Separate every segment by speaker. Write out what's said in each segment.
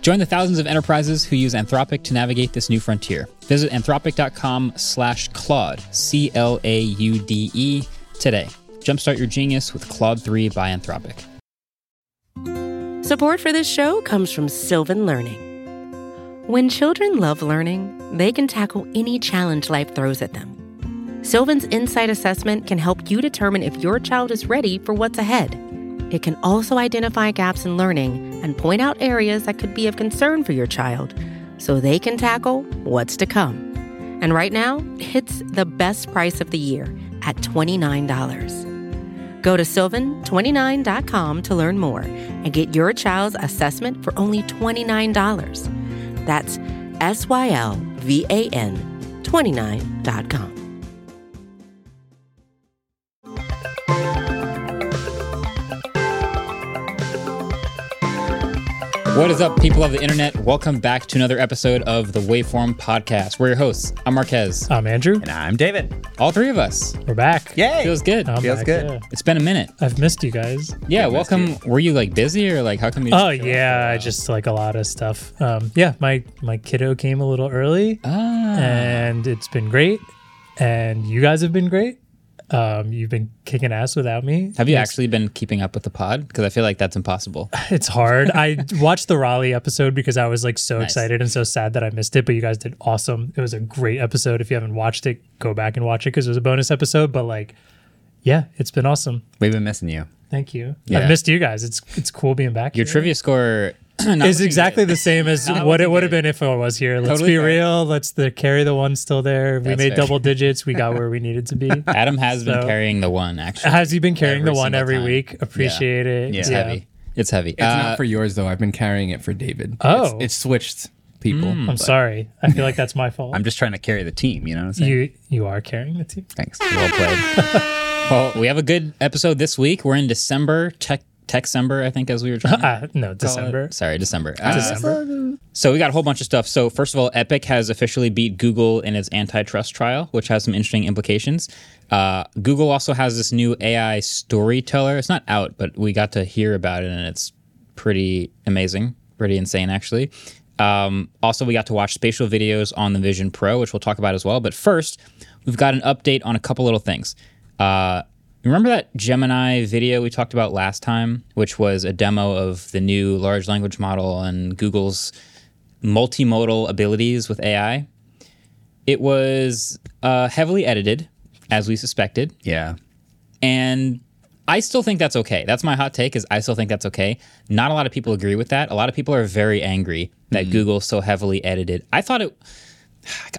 Speaker 1: Join the thousands of enterprises who use Anthropic to navigate this new frontier. Visit anthropic.com slash Claude, C L A U D E, today. Jumpstart your genius with Claude 3 by Anthropic.
Speaker 2: Support for this show comes from Sylvan Learning. When children love learning, they can tackle any challenge life throws at them. Sylvan's Insight Assessment can help you determine if your child is ready for what's ahead. It can also identify gaps in learning and point out areas that could be of concern for your child so they can tackle what's to come. And right now, it's the best price of the year at $29. Go to sylvan29.com to learn more and get your child's assessment for only $29. That's S Y L V A N 29.com.
Speaker 1: What is up, people of the internet? Welcome back to another episode of the Waveform Podcast. We're your hosts. I'm Marquez.
Speaker 3: I'm Andrew.
Speaker 4: And I'm David.
Speaker 1: All three of us.
Speaker 3: We're back.
Speaker 4: Yay!
Speaker 1: Feels good.
Speaker 3: I'm
Speaker 4: Feels
Speaker 3: back,
Speaker 4: good.
Speaker 3: yeah.
Speaker 1: It's been a minute.
Speaker 3: I've missed you guys.
Speaker 1: Yeah,
Speaker 4: I missed
Speaker 1: welcome. Were you like busy or like how come you?
Speaker 3: Oh
Speaker 1: didn't show up for a
Speaker 3: yeah,
Speaker 1: while?
Speaker 3: just like a lot of stuff. Um, yeah, my my kiddo came a little early,
Speaker 1: Ah,
Speaker 3: and it's been great. And you guys have been great. Um, you've been kicking ass without me.
Speaker 1: have you
Speaker 3: It's-
Speaker 1: actually been keeping up with the pod? Because I feel like that's impossible.
Speaker 3: It's hard. I watched the Raleigh episode because I was like so
Speaker 1: Nice.
Speaker 3: excited and so sad that I missed it. But you guys did awesome. It was a great episode. If you haven't watched it, go back and watch it because it was a bonus episode. But like, yeah, it's been awesome.
Speaker 4: We've been missing you.
Speaker 3: Thank you.
Speaker 1: Yeah.
Speaker 3: I've missed you guys. It's it's cool being back.
Speaker 1: Your
Speaker 3: here.
Speaker 1: trivia score not
Speaker 3: is
Speaker 1: looking
Speaker 3: exactly
Speaker 1: good.
Speaker 3: the same as
Speaker 1: Not
Speaker 3: what it
Speaker 1: looking
Speaker 3: would have
Speaker 1: good.
Speaker 3: been if I was here. Let's
Speaker 1: Totally
Speaker 3: be
Speaker 1: fair.
Speaker 3: real. Let's the carry the one still there. We
Speaker 1: That's
Speaker 3: made
Speaker 1: fair.
Speaker 3: double digits. We got where we needed to be.
Speaker 1: Adam has been
Speaker 3: So-
Speaker 1: carrying the one actually.
Speaker 3: Has he been carrying
Speaker 1: Every
Speaker 3: the one
Speaker 1: single
Speaker 3: every
Speaker 1: time.
Speaker 3: week? Appreciate it.
Speaker 4: Yeah.
Speaker 1: It's heavy. It's heavy.
Speaker 5: It's
Speaker 1: Uh,
Speaker 5: not for yours though. I've been carrying it for David.
Speaker 3: Oh.
Speaker 5: it's, it's switched people.
Speaker 3: I'm sorry. I feel like that's my fault.
Speaker 4: I'm just trying to carry the team, you know what I'm saying?
Speaker 3: you you are carrying the team.
Speaker 4: Thanks.
Speaker 1: Well played. Uh, well, we have a good episode this week. We're in December, tech December, I think, as we were trying. to
Speaker 3: Uh, no, December.
Speaker 1: Sorry, December. Uh,
Speaker 3: December.
Speaker 1: so we got a whole bunch of stuff. So first of all, Epic has officially beat Google in its antitrust trial, which has some interesting implications. Uh, Google also has this new AI storyteller. It's not out, but we got to hear about it, and it's pretty amazing, pretty insane, actually. Um, also, we got to watch spatial videos on the Vision Pro, which we'll talk about as well. But first, we've got an update on a couple little things. Uh, Remember that Gemini video we talked about last time, which was a demo of the new large language model and Google's multimodal abilities with AI? It was uh, heavily edited, as we suspected,
Speaker 4: Yeah.
Speaker 1: and I still think that's okay. That's my hot take. Is I still think that's okay. Not a lot of people agree with that. A lot of people are very angry that Google so heavily edited. I thought it.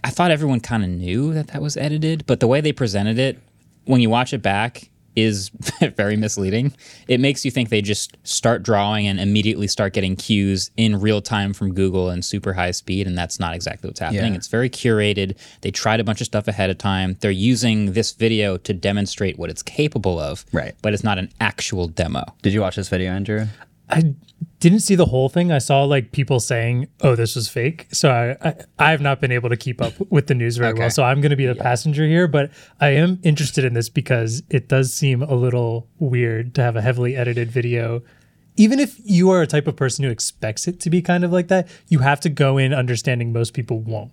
Speaker 1: I thought everyone kind of knew that that was edited, but the way they presented it, when you watch it back, is very misleading. It makes you think they just start drawing and immediately start getting cues in real time from Google and super high speed, and that's not exactly what's happening.
Speaker 5: Yeah.
Speaker 1: It's very curated. They tried a bunch of stuff ahead of time. They're using this video to demonstrate what it's capable of,
Speaker 4: Right.
Speaker 1: But it's not an actual demo.
Speaker 4: Did you watch this video, Andrew?
Speaker 3: I didn't see the whole thing. I saw like people saying, "Oh, this was fake." So I, I I've not been able to keep up with the news very well. So I'm going to be the passenger here, but I am interested in this because it does seem a little weird to have a heavily edited video. Even if you are a type of person who expects it to be kind of like that, you have to go in understanding most people won't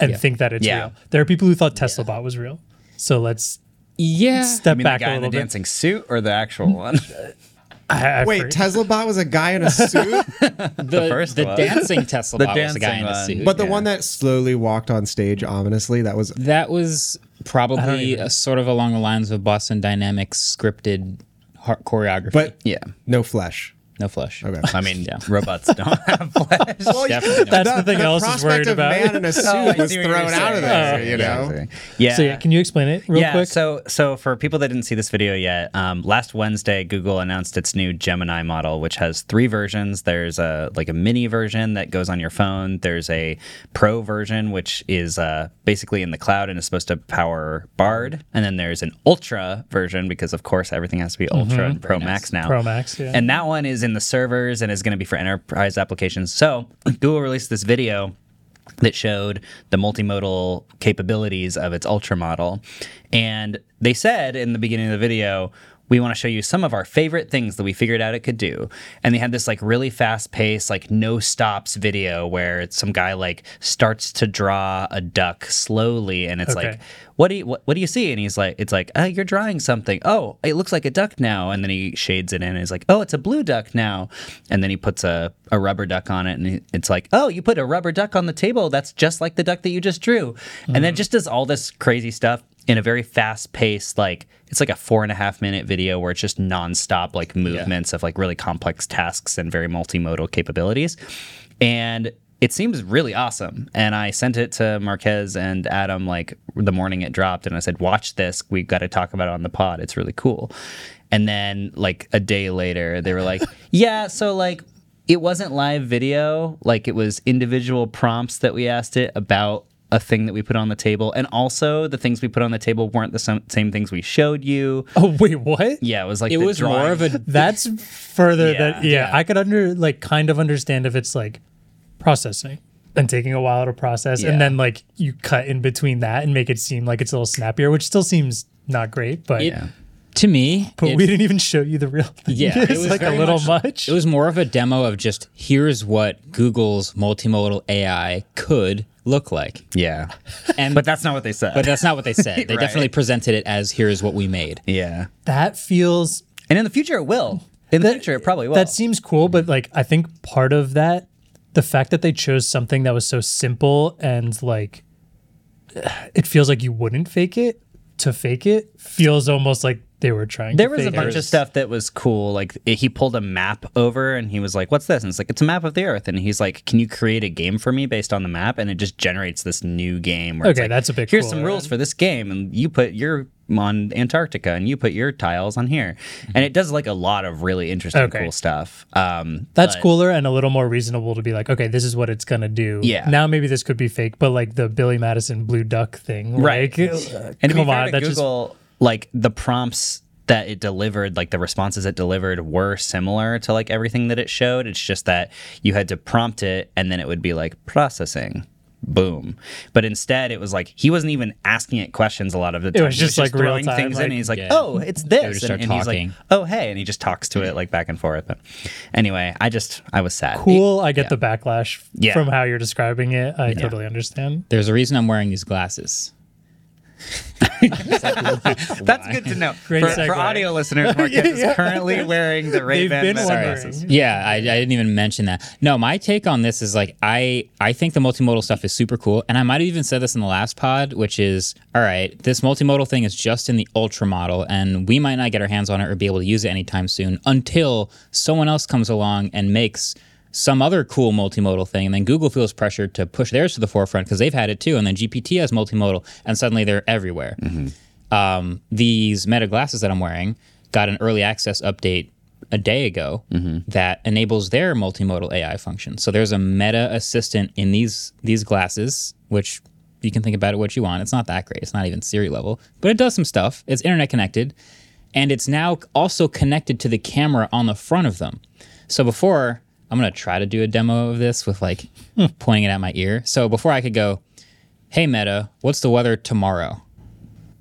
Speaker 3: and think that it's
Speaker 4: Yeah.
Speaker 3: real. There are people who thought Tesla bot was real. So let's
Speaker 1: Yeah,
Speaker 3: step
Speaker 4: You mean
Speaker 3: back
Speaker 4: the
Speaker 3: a
Speaker 4: guy in
Speaker 3: little
Speaker 4: the
Speaker 3: bit.
Speaker 4: dancing suit or the actual one?
Speaker 3: I- I
Speaker 5: Wait,
Speaker 3: forget-
Speaker 5: Tesla bot was a guy in a suit,
Speaker 1: the,
Speaker 4: first
Speaker 1: the
Speaker 4: one.
Speaker 1: dancing Tesla
Speaker 4: The
Speaker 1: bot was the guy
Speaker 4: dancing
Speaker 1: in a
Speaker 4: one.
Speaker 1: suit,
Speaker 5: but the
Speaker 4: Yeah.
Speaker 5: one that slowly walked on stage ominously. That was
Speaker 1: That was probably a sort of along the lines of Boston Dynamics scripted har- choreography.
Speaker 5: but
Speaker 4: Yeah.
Speaker 5: no flesh.
Speaker 1: No flesh.
Speaker 5: Okay.
Speaker 4: I mean,
Speaker 1: Yeah.
Speaker 4: robots don't have flesh.
Speaker 1: Definitely no
Speaker 3: That's the thing Ellis is
Speaker 5: prospect
Speaker 3: worried
Speaker 5: of
Speaker 3: about.
Speaker 5: man in a suit
Speaker 4: I see
Speaker 5: was
Speaker 4: what you're
Speaker 5: thrown out of
Speaker 4: saying. Oh,
Speaker 6: Oh.
Speaker 5: there, you
Speaker 4: Yeah,
Speaker 5: know?
Speaker 4: exactly. Yeah.
Speaker 3: So yeah, can you explain it real
Speaker 4: yeah,
Speaker 3: quick?
Speaker 4: so so for people that didn't see this video yet, um, last Wednesday Google announced its new Gemini model, which has three versions. There's a like a mini version that goes on your phone. There's a pro version, which is uh, basically in the cloud and is supposed to power
Speaker 3: Mm-hmm.
Speaker 4: Bard. And then there's an ultra version because of course everything has to be ultra and pro max now.
Speaker 3: Mm-hmm. Pro Max, yeah.
Speaker 4: And that one is in the servers and is going to be for enterprise applications. So Google released this video that showed the multimodal capabilities of its ultra model. And they said in the beginning of the video, we want to show you some of our favorite things that we figured out it could do. And they had this like really fast paced, like no stops video where it's some guy like starts to draw a duck slowly and it's
Speaker 3: Okay.
Speaker 4: like what do you what, what do you see? And he's like, it's like, uh, you're drawing something. Oh, it looks like a duck now. And then he shades it in. and He's like, oh, it's a blue duck now. And then he puts a, a rubber duck on it, and he- it's like, oh, you put a rubber duck on the table. That's just like the duck that you just drew. And then just does all this crazy stuff in a very fast paced, like it's like a four and a half minute video where it's just nonstop like movements of like really complex tasks and very multimodal capabilities. And it seems really awesome. And I sent it to Marquez and Adam like the morning it dropped, and I said, "Watch this. We've got to talk about it on the pod. It's really cool." And then like a day later, they were like, "Yeah, so like." It wasn't live video, like it was individual prompts that we asked it about a thing that we put on the table. And also, the things we put on the table weren't the same, same things we showed you.
Speaker 3: oh wait, what?
Speaker 4: Yeah, it was like
Speaker 1: It
Speaker 4: the
Speaker 1: was more
Speaker 4: drawing.
Speaker 1: of a
Speaker 3: That's further than
Speaker 4: Yeah,
Speaker 3: yeah, I could under like kind of understand if it's like processing and taking a while to process
Speaker 4: Yeah.
Speaker 3: and then like you cut in between that and make it seem like it's a little snappier, which still seems not great, but
Speaker 1: It- To me,
Speaker 3: but
Speaker 1: it-
Speaker 3: we didn't even show you the real thing.
Speaker 1: Yeah, it
Speaker 3: it's
Speaker 1: was
Speaker 3: like a
Speaker 1: very
Speaker 3: little much.
Speaker 1: It was more of a demo of just here's what Google's multimodal AI could look like.
Speaker 4: yeah,
Speaker 1: And
Speaker 4: but that's not what they said.
Speaker 1: but uh, that's not what they said. They
Speaker 4: Right.
Speaker 1: definitely presented it as here's what we made.
Speaker 4: yeah,
Speaker 3: that feels
Speaker 4: and in the future it will. In the future, it probably will.
Speaker 3: That seems cool, but like I think part of that, the fact that they chose something that was so simple and like it feels like you wouldn't fake it to fake it feels almost like they were trying.
Speaker 4: There
Speaker 3: to
Speaker 4: was a
Speaker 3: fake
Speaker 4: bunch
Speaker 3: it.
Speaker 4: of stuff that was cool. Like i- he pulled a map over and he was like, "What's this?" And it's like, "It's a map of the Earth." And he's like, "Can you create a game for me based on the map?" And it just generates this new game. Where it's
Speaker 3: Okay,
Speaker 4: like,
Speaker 3: that's a bit
Speaker 4: Here's
Speaker 3: cooler,
Speaker 4: some rules for this game, and you put your on Antarctica, and you put your tiles on here, and it does like a lot of really interesting,
Speaker 3: Mm-hmm. Okay.
Speaker 4: cool stuff. Um,
Speaker 3: That's cooler and a little more reasonable to be like, okay, this is what it's gonna do.
Speaker 4: Yeah.
Speaker 3: Now maybe this could be fake, but like the Billy Madison blue duck thing,
Speaker 4: Right.
Speaker 3: Like, uh,
Speaker 4: and to be
Speaker 3: come
Speaker 4: fair
Speaker 3: on,
Speaker 4: to
Speaker 3: that's just
Speaker 4: Google, like the prompts that it delivered, like the responses it delivered were similar to like everything that it showed. It's just that you had to prompt it and then it would be like processing. Boom. But instead it was like he wasn't even asking it questions a lot of the time.
Speaker 3: was
Speaker 4: He
Speaker 3: just, like, real
Speaker 4: throwing
Speaker 3: time,
Speaker 4: things in
Speaker 3: like-
Speaker 4: and he's like,
Speaker 1: Yeah.
Speaker 4: Oh, it's
Speaker 1: would
Speaker 4: this.
Speaker 1: just
Speaker 4: And,
Speaker 1: start
Speaker 4: and he's like,
Speaker 1: talking.
Speaker 4: Oh hey, and he just talks
Speaker 3: Mm-hmm.
Speaker 4: to it like back and forth. But anyway, I just I was sad.
Speaker 3: cool. I get the backlash
Speaker 4: Yeah.
Speaker 3: from how you're describing it. I totally understand.
Speaker 1: There's a reason I'm wearing these glasses.
Speaker 4: That's good to know.
Speaker 3: Great
Speaker 4: for, for
Speaker 3: segue.
Speaker 4: audio listeners, Marquez is currently wearing the Ray Ban
Speaker 3: been
Speaker 4: glasses.
Speaker 3: wondering.
Speaker 1: Yeah, I, I didn't even mention that. No, my take on this is like I I think the multimodal stuff is super cool, and I might have even said this in the last pod, which is all right. This multimodal thing is just in the ultra model, and we might not get our hands on it or be able to use it anytime soon until someone else comes along and makes some other cool multimodal thing, and then Google feels pressured to push theirs to the forefront because they've had it too, and then GPT has multimodal, and suddenly they're everywhere. Um, these Meta glasses that I'm wearing got an early access update a day ago that enables their multimodal AI function. So there's a Meta assistant in these these glasses, which you can think about it what you want. It's not that great. It's not even Siri level, but it does some stuff. It's internet connected, and it's now also connected to the camera on the front of them. So before I'm gonna try to do a demo of this with like pointing it at my ear. So before I could go, hey Meta, what's the weather tomorrow?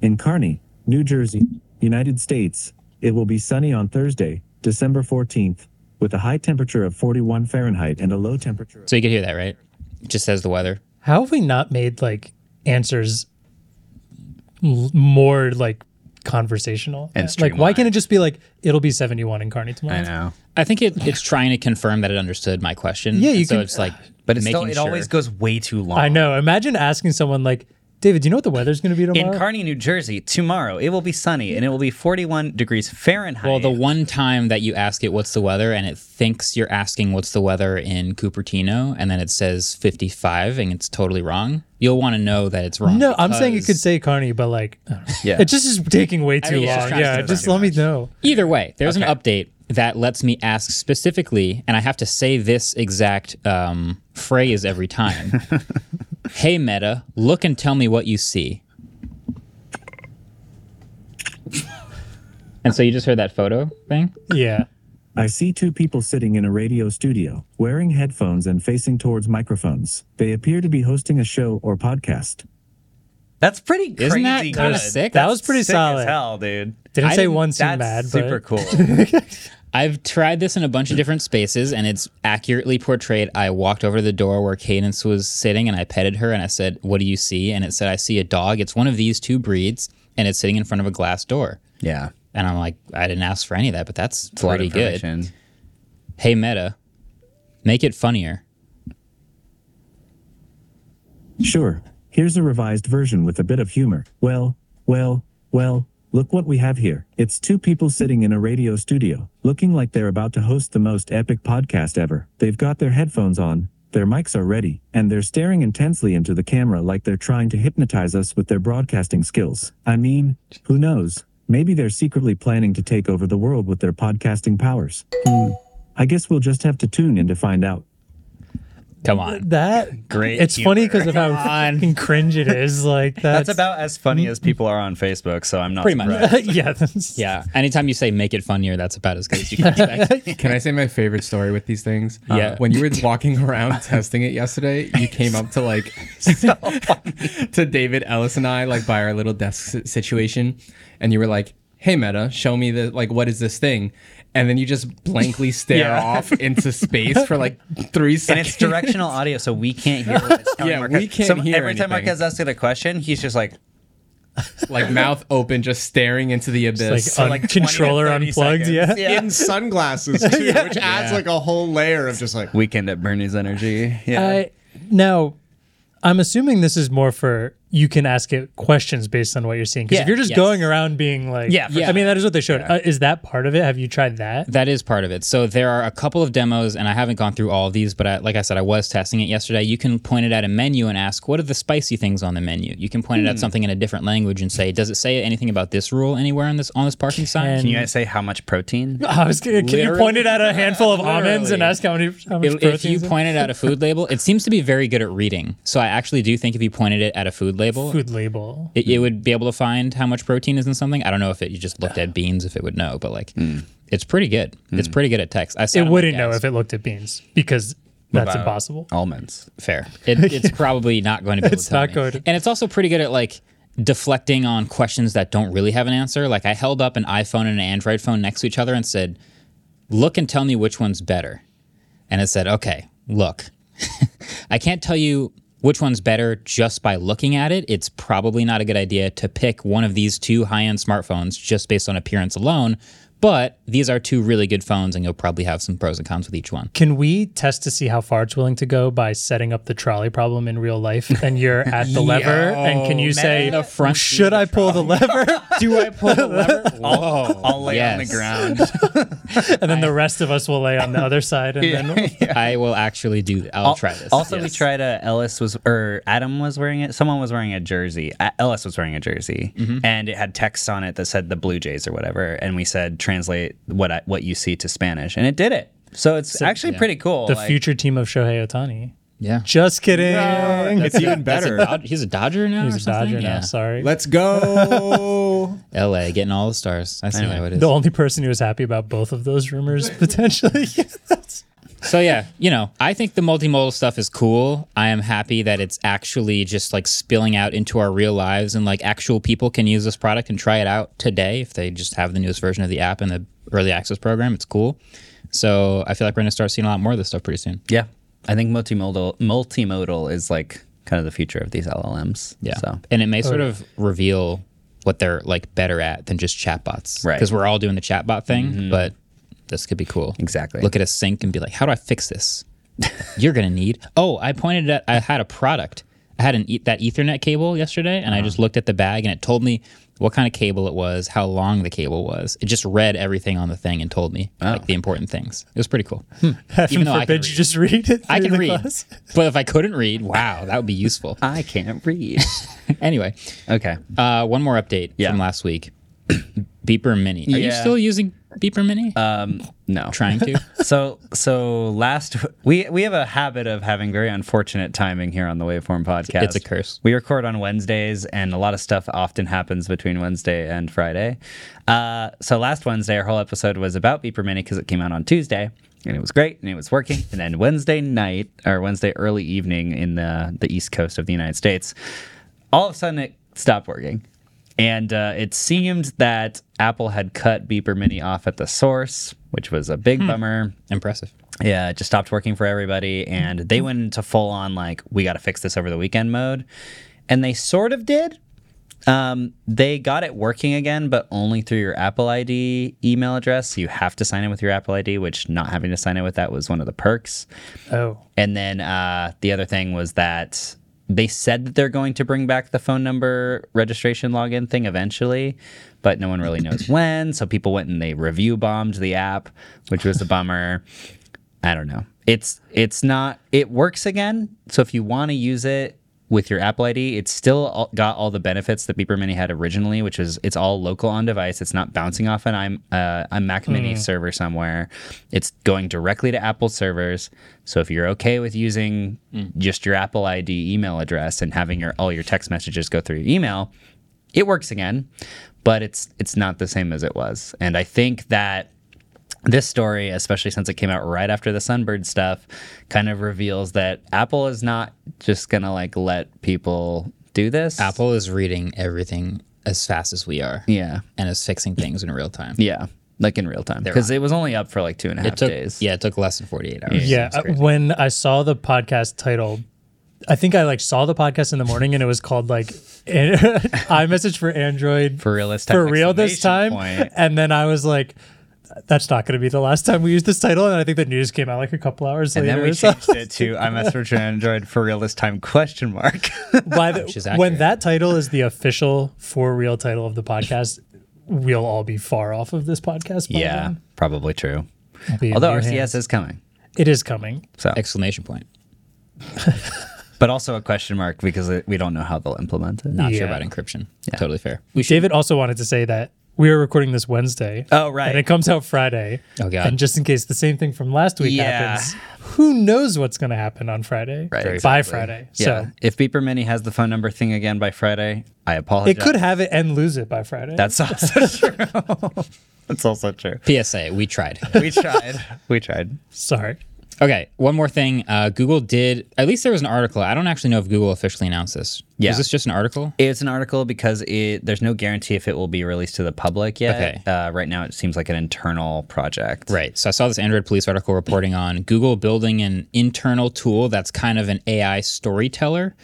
Speaker 7: In Kearney, New Jersey, United States, it will be sunny on Thursday, December 14th, with a high temperature of 41 Fahrenheit and a low temperature of
Speaker 1: So you could hear that, right? It just says the weather.
Speaker 3: How have we not made like answers l- more like conversational?
Speaker 4: And
Speaker 3: like, why
Speaker 4: streamlined.
Speaker 3: can't it just be like it'll be seventy one in Carney tomorrow?
Speaker 4: I know.
Speaker 1: I think it, it's trying to confirm that it understood my question.
Speaker 3: Yeah, you
Speaker 1: And so
Speaker 3: can-
Speaker 1: it's like,
Speaker 4: But it's
Speaker 1: making
Speaker 4: still, it
Speaker 1: sure.
Speaker 4: always goes way too long.
Speaker 3: I know. Imagine asking someone like, David, do you know what the weather's going to be tomorrow?
Speaker 4: In Kearney, New Jersey, tomorrow it will be sunny and it will be 41 degrees Fahrenheit.
Speaker 1: Well, the one time that you ask it what's the weather and it thinks you're asking what's the weather in Cupertino and then it says 55 and it's totally wrong, you'll want to know that it's wrong.
Speaker 3: no, I'm saying it could
Speaker 1: because
Speaker 3: say Carney, but like, I don't know.
Speaker 4: Yeah.
Speaker 3: it just is taking way too
Speaker 4: mean, it's just
Speaker 3: long.
Speaker 4: trying to
Speaker 3: Yeah,
Speaker 4: know
Speaker 3: just
Speaker 4: too
Speaker 3: let me know.
Speaker 1: Either way, there's
Speaker 4: Okay.
Speaker 1: an update that lets me ask specifically, and I have to say this exact um, phrase every time Hey, Meta, look and tell me what you see. and so you just heard that photo thing?
Speaker 3: Yeah.
Speaker 7: I see two people sitting in a radio studio, wearing headphones and facing towards microphones. They appear to be hosting a show or podcast.
Speaker 4: That's pretty crazy.
Speaker 1: Isn't that kinda
Speaker 4: good.
Speaker 1: sick?
Speaker 3: That was pretty
Speaker 4: sick
Speaker 3: solid.
Speaker 4: As hell, dude.
Speaker 3: Didn't
Speaker 1: I
Speaker 3: say
Speaker 1: didn't-
Speaker 3: one seemed
Speaker 4: That's
Speaker 3: mad,
Speaker 4: super
Speaker 3: but
Speaker 4: cool.
Speaker 1: I've tried this in a bunch of different spaces and it's accurately portrayed. I walked over to the door where Cadence was sitting and I petted her and I said, What do you see? And it said, I see a dog. It's one of these two breeds and it's sitting in front of a glass door.
Speaker 4: yeah.
Speaker 1: And I'm like, I didn't ask for any of that, but that's bloody good.
Speaker 4: information.
Speaker 1: Hey, Meta, make it funnier.
Speaker 7: Sure, here's a revised version with a bit of humor. Well, well, well, look what we have here. It's two people sitting in a radio studio, looking like they're about to host the most epic podcast ever. They've got their headphones on, their mics are ready, and they're staring intensely into the camera like they're trying to hypnotize us with their broadcasting skills. I mean, who knows? Maybe they're secretly planning to take over the world with their podcasting powers. Hmm. I guess we'll just have to tune in to find out.
Speaker 1: Come on.
Speaker 3: that
Speaker 4: Great
Speaker 3: It's funny
Speaker 4: humor.
Speaker 3: because of how fucking cringe it is. Like that's,
Speaker 4: That's about as funny as people are on Facebook, so I'm not
Speaker 1: Pretty much.
Speaker 4: surprised.
Speaker 3: yeah. That's,
Speaker 1: Yeah. Anytime you say make it funnier, that's about as good as you can expect.
Speaker 5: Can I say my favorite story with these things? Uh,
Speaker 1: Yeah.
Speaker 5: when you were walking around testing it yesterday, you came up to like to David Ellis and I, like by our little desk si- situation, and you were like, "Hey, Meta, show me the like what is this thing?" And then you just blankly stare
Speaker 4: Yeah.
Speaker 5: off into space for like three
Speaker 4: And
Speaker 5: seconds.
Speaker 4: it's directional audio, so we can't hear what it's telling
Speaker 5: Yeah,
Speaker 4: Marquez.
Speaker 5: we can't
Speaker 4: so
Speaker 5: hear
Speaker 4: Every time
Speaker 5: anything.
Speaker 4: Marquez asks it a question, he's just like,
Speaker 5: like mouth open, just staring into the
Speaker 3: Like,
Speaker 5: abyss.
Speaker 3: un-
Speaker 4: like 20 to
Speaker 3: controller
Speaker 4: 30
Speaker 3: unplugged.
Speaker 4: seconds.
Speaker 3: Yeah.
Speaker 6: in sunglasses too, which adds like a whole layer of just like
Speaker 4: weekend at Bernie's energy. Yeah.
Speaker 3: I, now, Uh, I'm assuming this is more for you can ask it questions based on what you're seeing. Because
Speaker 1: Yeah,
Speaker 3: if you're just
Speaker 1: yes.
Speaker 3: going around being like,
Speaker 4: Yeah, for
Speaker 3: I mean, that is what they showed. Uh, is that part of it? Have you tried that?
Speaker 1: That is part of it. So there are a couple of demos, and I haven't gone through all of these, but I, like I said, I was testing it yesterday. You can point it at a menu and ask, "What are the spicy things on the menu?" You can point it at something in a different language and say, "Does it say anything about this rule anywhere on this on this parking sign?"
Speaker 4: Can you guys say how much protein?
Speaker 3: I was gonna, can you
Speaker 1: Literally-
Speaker 3: point it at a handful of almonds and
Speaker 1: Literally.
Speaker 3: ask how many? How much
Speaker 1: If, if you
Speaker 3: protein's in-
Speaker 1: pointed at a food label, it seems to be very good at reading. So I actually do think if you pointed it at a food label,
Speaker 3: food label.
Speaker 1: it, it would be able to find how much protein is in something. I don't know if it you just looked at beans if it would know, but like it's pretty good. It's pretty good at text. I
Speaker 3: It wouldn't know if it looked at beans because that's
Speaker 4: about-
Speaker 3: impossible.
Speaker 4: Almonds.
Speaker 1: fair. It, it's probably not going to be. Able
Speaker 3: It's
Speaker 1: to tell
Speaker 3: not
Speaker 1: me.
Speaker 3: going to-
Speaker 1: And it's also pretty good at like deflecting on questions that don't really have an answer. Like I held up an iPhone and an Android phone next to each other and said, "Look and tell me which one's better." And it said, "Okay, look. I can't tell you." Which one's better just by looking at it? It's probably not a good idea to pick one of these two high end smartphones just based on appearance alone, but these are two really good phones and you'll probably have some pros and cons with each one.
Speaker 3: Can we test to see how far it's willing to go by setting up the trolley problem in real life? And you're at the lever, and can you say,
Speaker 1: the front seat
Speaker 3: "Should
Speaker 1: of
Speaker 3: I pull the lever?"
Speaker 1: Do I pull the lever? Oh,
Speaker 4: I'll lay on the
Speaker 1: Yes.
Speaker 4: ground.
Speaker 3: and then the rest of us will lay on the other side, and then
Speaker 1: I will actually do that. I'll, try this.
Speaker 4: Also, we
Speaker 1: yes.
Speaker 4: tried a Ellis was or Adam was wearing it. Someone was wearing a jersey. A- Ellis was wearing a jersey, and it had text on it that said the Blue Jays or whatever. And we said translate what I, what you see to Spanish, and it did it. So it's actually pretty cool.
Speaker 3: the
Speaker 4: like-
Speaker 3: future team of Shohei Otani.
Speaker 1: Yeah.
Speaker 3: Just kidding.
Speaker 6: it's even
Speaker 1: That's a
Speaker 6: better.
Speaker 1: Dod- he's a Dodger now.
Speaker 3: He's
Speaker 1: or
Speaker 3: a
Speaker 1: something?
Speaker 3: Dodger now.
Speaker 1: Yeah.
Speaker 3: Sorry.
Speaker 6: Let's go.
Speaker 1: L.A. getting all the stars. I see how it is.
Speaker 3: the only person who was happy about both of those rumors potentially.
Speaker 1: So yeah, you know, I think the multimodal stuff is cool. I am happy that it's actually just like spilling out into our real lives and like actual people can use this product and try it out today if they just have the newest version of the app and the early access program. It's cool. So I feel like we're gonna start seeing a lot more of this stuff pretty soon.
Speaker 4: yeah, I think multimodal multimodal is like kind of the future of these LLMs.
Speaker 1: Yeah.
Speaker 4: So
Speaker 1: And it may sort
Speaker 3: Oh.
Speaker 1: of reveal what they're like better at than just chatbots.
Speaker 4: Right. Mm-hmm.
Speaker 1: Because we're all doing the chatbot thing, but this could be cool.
Speaker 4: Exactly.
Speaker 1: Look at a sink and be like, how do I fix this? You're gonna need. Oh, I pointed at I had a product. I had an e- that Ethernet cable yesterday, and I
Speaker 4: Uh-huh.
Speaker 1: just looked at the bag, and it told me what kind of cable it was, how long the cable was. It just read everything on the thing and told me
Speaker 4: Oh.
Speaker 1: like the important things. It was pretty cool. Even
Speaker 3: Heaven
Speaker 1: though I
Speaker 3: forbid
Speaker 1: can
Speaker 3: you
Speaker 1: read.
Speaker 3: Hmm. just read it.
Speaker 1: I
Speaker 3: through
Speaker 1: can
Speaker 3: the
Speaker 1: read,
Speaker 3: class.
Speaker 1: but if I couldn't read, wow, that would be useful.
Speaker 4: I can't read.
Speaker 1: anyway,
Speaker 4: okay.
Speaker 1: uh, one more update
Speaker 4: Yeah.
Speaker 1: from last week. Beeper Mini. Are you
Speaker 4: Yeah. Uh,
Speaker 1: still using Beeper Mini?
Speaker 4: No.
Speaker 1: Trying to.
Speaker 4: So so last we we have a habit of having very unfortunate timing here on the Waveform podcast.
Speaker 1: It's a curse.
Speaker 4: We record on Wednesdays, and a lot of stuff often happens between Wednesday and Friday. Uh, so last Wednesday, our whole episode was about Beeper Mini because it came out on Tuesday, and it was great, and it was working. And then Wednesday night or Wednesday early evening in the the East Coast of the United States, all of a sudden it stopped working. And uh, it seemed that Apple had cut Beeper Mini off at the source, which was a big bummer
Speaker 1: Impressive.
Speaker 4: yeah, it just stopped working for everybody. And they went into full on, like, we got to fix this over the weekend mode. And they sort of did. Um, they got it working again, but only through your Apple ID email address. You have to sign in with your Apple ID, which not having to sign in with that was one of the perks.
Speaker 3: Oh,
Speaker 4: And then uh, the other thing was that they said that they're going to bring back the phone number registration login thing eventually, but no one really knows when. So people went and they review bombed the app, which was a bummer. I don't know. It's it's not it works again. So if you want to use it with your Apple ID, it's still all, got all the benefits that Beeper Mini had originally, which is it's all local on device. It's not bouncing off an I'm uh, a Mac Mini server somewhere. It's going directly to Apple servers. So if you're okay with using just your Apple ID email address and having your all your text messages go through your email, it works again, but it's it's not the same as it was. And I think that this story, especially since it came out right after the Sunbird stuff, kind of reveals that Apple is not just gonna like let people do this.
Speaker 1: Apple is reading everything as fast as we are.
Speaker 4: yeah,
Speaker 1: And is fixing things in real time.
Speaker 4: yeah, like in real time because it was only up for like two and a half
Speaker 1: It took
Speaker 4: days.
Speaker 1: yeah, it took less than forty eight hours.
Speaker 3: yeah. uh, When I saw the podcast title, I think I like saw the podcast in the morning and it was called like iMessage for Android
Speaker 4: for real this time.
Speaker 3: for real this time.
Speaker 4: exclamation point.
Speaker 3: And then I was like, that's not going to be the last time we use this title. And I think the news came out like a couple hours
Speaker 4: And
Speaker 3: later.
Speaker 4: then we
Speaker 3: or so.
Speaker 4: changed it to I messaged return Android for real this time question mark.
Speaker 3: By the-
Speaker 1: is
Speaker 3: when
Speaker 1: accurate.
Speaker 3: that title is the official for real title of the podcast, we'll all be far off of this podcast. by
Speaker 4: yeah,
Speaker 3: then.
Speaker 4: probably true.
Speaker 3: It'll be in
Speaker 4: Although
Speaker 3: your
Speaker 4: RCS
Speaker 3: hands.
Speaker 4: is coming.
Speaker 3: it is coming.
Speaker 4: So
Speaker 1: Exclamation point.
Speaker 4: but also a question mark because it, we don't know how they'll implement it.
Speaker 1: Not sure
Speaker 3: Yeah.
Speaker 1: about encryption. Totally fair.
Speaker 3: David also wanted to say that we are recording this Wednesday.
Speaker 4: Oh, right.
Speaker 3: And it comes out Friday.
Speaker 1: Oh, God.
Speaker 3: And just in case the same thing from last week
Speaker 4: Yeah.
Speaker 3: happens, who knows what's going to happen on Friday?
Speaker 4: Right,
Speaker 3: By
Speaker 4: exactly.
Speaker 3: Friday.
Speaker 4: Yeah.
Speaker 3: So
Speaker 4: if Beeper Mini has the phone number thing again by Friday, I apologize.
Speaker 3: it could have it and lose it by Friday.
Speaker 4: That's also true. That's also true.
Speaker 1: PSA, we tried.
Speaker 4: We tried. we tried.
Speaker 3: sorry.
Speaker 1: Okay, one more thing. Uh, Google did, at least there was an article. I don't actually know if Google officially announced this.
Speaker 4: Yeah.
Speaker 1: Is this just an article?
Speaker 4: It's an article because it there's no guarantee if it will be released to the public yet.
Speaker 1: Okay.
Speaker 4: Uh, right now, it seems like an internal project.
Speaker 1: Right. So I saw this Android police article reporting on Google building an internal tool that's kind of an AI storyteller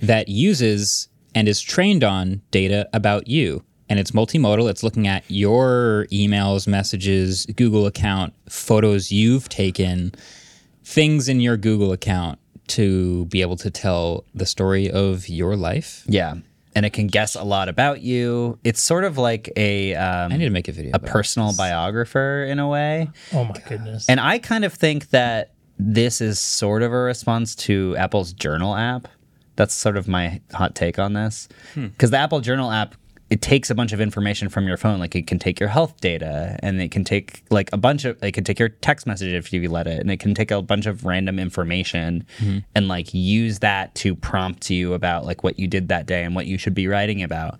Speaker 1: that uses and is trained on data about you. And it's multimodal. It's looking at your emails, messages, Google account, photos you've taken, things in your Google account to be able to tell the story of your life.
Speaker 4: Yeah. And it can guess a lot about you. It's sort of like a
Speaker 1: I need
Speaker 4: um,
Speaker 1: to make a video.
Speaker 4: a
Speaker 1: about
Speaker 4: personal biographer in a way.
Speaker 3: Oh my goodness.
Speaker 4: And I kind of think that this is sort of a response to Apple's Journal app. That's sort of my hot take on this. Because the Apple Journal app, it takes a bunch of information from your phone. Like it can take your health data and it can take like a bunch of, it can take your text message if you let it, and it can take a bunch of random information and like use that to prompt you about like what you did that day and what you should be writing about.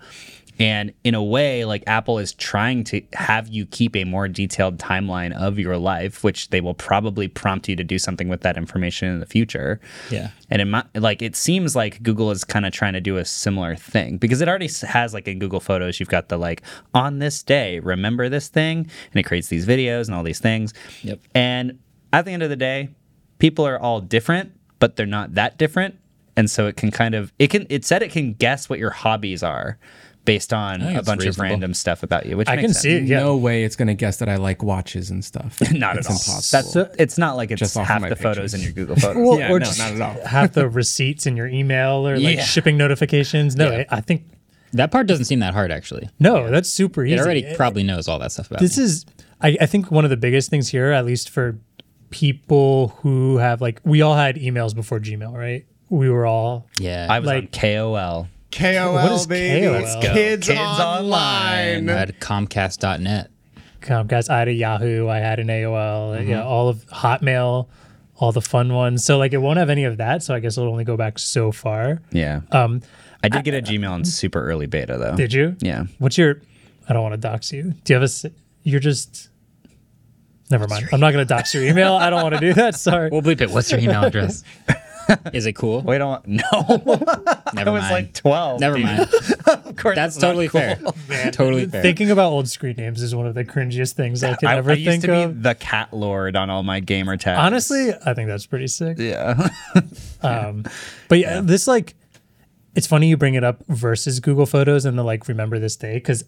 Speaker 4: And in a way, like Apple is trying to have you keep a more detailed timeline of your life, which they will probably prompt you to do something with that information in the future.
Speaker 1: Yeah.
Speaker 4: And in my, like, it seems like Google is kind of trying to do a similar thing because it already s- has, like, in Google Photos, you've got the, like, on this day, remember this thing. And it creates these videos and all these things.
Speaker 1: Yep.
Speaker 4: And at the end of the day, people are all different, but they're not that different. And so it can kind of it can it said it can guess what your hobbies are, based on
Speaker 1: think
Speaker 4: a
Speaker 1: it's
Speaker 4: bunch
Speaker 1: reasonable.
Speaker 4: of random stuff about you. Which
Speaker 3: I
Speaker 4: makes
Speaker 3: can
Speaker 4: sense.
Speaker 3: see it. "Oh, Yeah.
Speaker 5: No way it's gonna guess that I like watches and stuff.
Speaker 4: Not
Speaker 5: it's
Speaker 4: at all. That's
Speaker 5: Impossible.
Speaker 4: it's not like it's
Speaker 5: Just off of
Speaker 4: half
Speaker 5: my
Speaker 4: the photos
Speaker 5: pictures.
Speaker 4: in your Google photos.
Speaker 3: Well,
Speaker 5: Yeah,
Speaker 3: or
Speaker 5: no,
Speaker 3: just
Speaker 5: not at all.
Speaker 3: half the receipts in your email or like
Speaker 4: Yeah.
Speaker 3: shipping notifications. No, I I think
Speaker 1: That part doesn't seem that hard, actually.
Speaker 3: no, that's super easy.
Speaker 1: It already
Speaker 3: It-
Speaker 1: probably knows all that stuff about
Speaker 3: this
Speaker 1: me.
Speaker 3: is I, I think one of the biggest things here at least for people who have like we all had emails before gmail right we were all
Speaker 1: yeah,
Speaker 4: I was
Speaker 3: like-
Speaker 4: on KOL.
Speaker 6: KOL,
Speaker 3: What is
Speaker 6: Oh, baby.
Speaker 3: KOL?
Speaker 6: It's
Speaker 3: Let's
Speaker 4: go.
Speaker 6: Kids,
Speaker 4: Kids
Speaker 6: online.
Speaker 1: and I had Comcast.net.
Speaker 3: comcast i had a yahoo i had an aol yeah all of hotmail all the fun ones so like it won't have any of that so i guess it'll only go back so far
Speaker 4: Yeah. Um, I did get a Gmail in super early beta though.
Speaker 3: did you
Speaker 4: Yeah.
Speaker 3: what's your i don't want to dox you do you have a s- you're just never mind i'm not going to dox your email i don't want to do that sorry
Speaker 1: We'll bleep it. What's your email address? is it cool?
Speaker 4: Wait on. No,
Speaker 1: Never
Speaker 4: I was
Speaker 1: mind.
Speaker 4: like twelve.
Speaker 1: Never
Speaker 4: dude.
Speaker 1: mind.
Speaker 4: Of course,
Speaker 1: That's
Speaker 4: it's not
Speaker 1: totally
Speaker 4: cool.
Speaker 1: fair. Totally fair.
Speaker 3: Thinking about old screen names is one of the cringiest things I could
Speaker 4: I,
Speaker 3: ever
Speaker 4: I
Speaker 3: think
Speaker 4: used to
Speaker 3: of.
Speaker 4: be the cat lord on all my gamer tags.
Speaker 3: Honestly, I think that's pretty sick.
Speaker 4: Yeah.
Speaker 3: Um, but yeah, this like, it's funny you bring it up versus Google Photos and the like. Remember this day because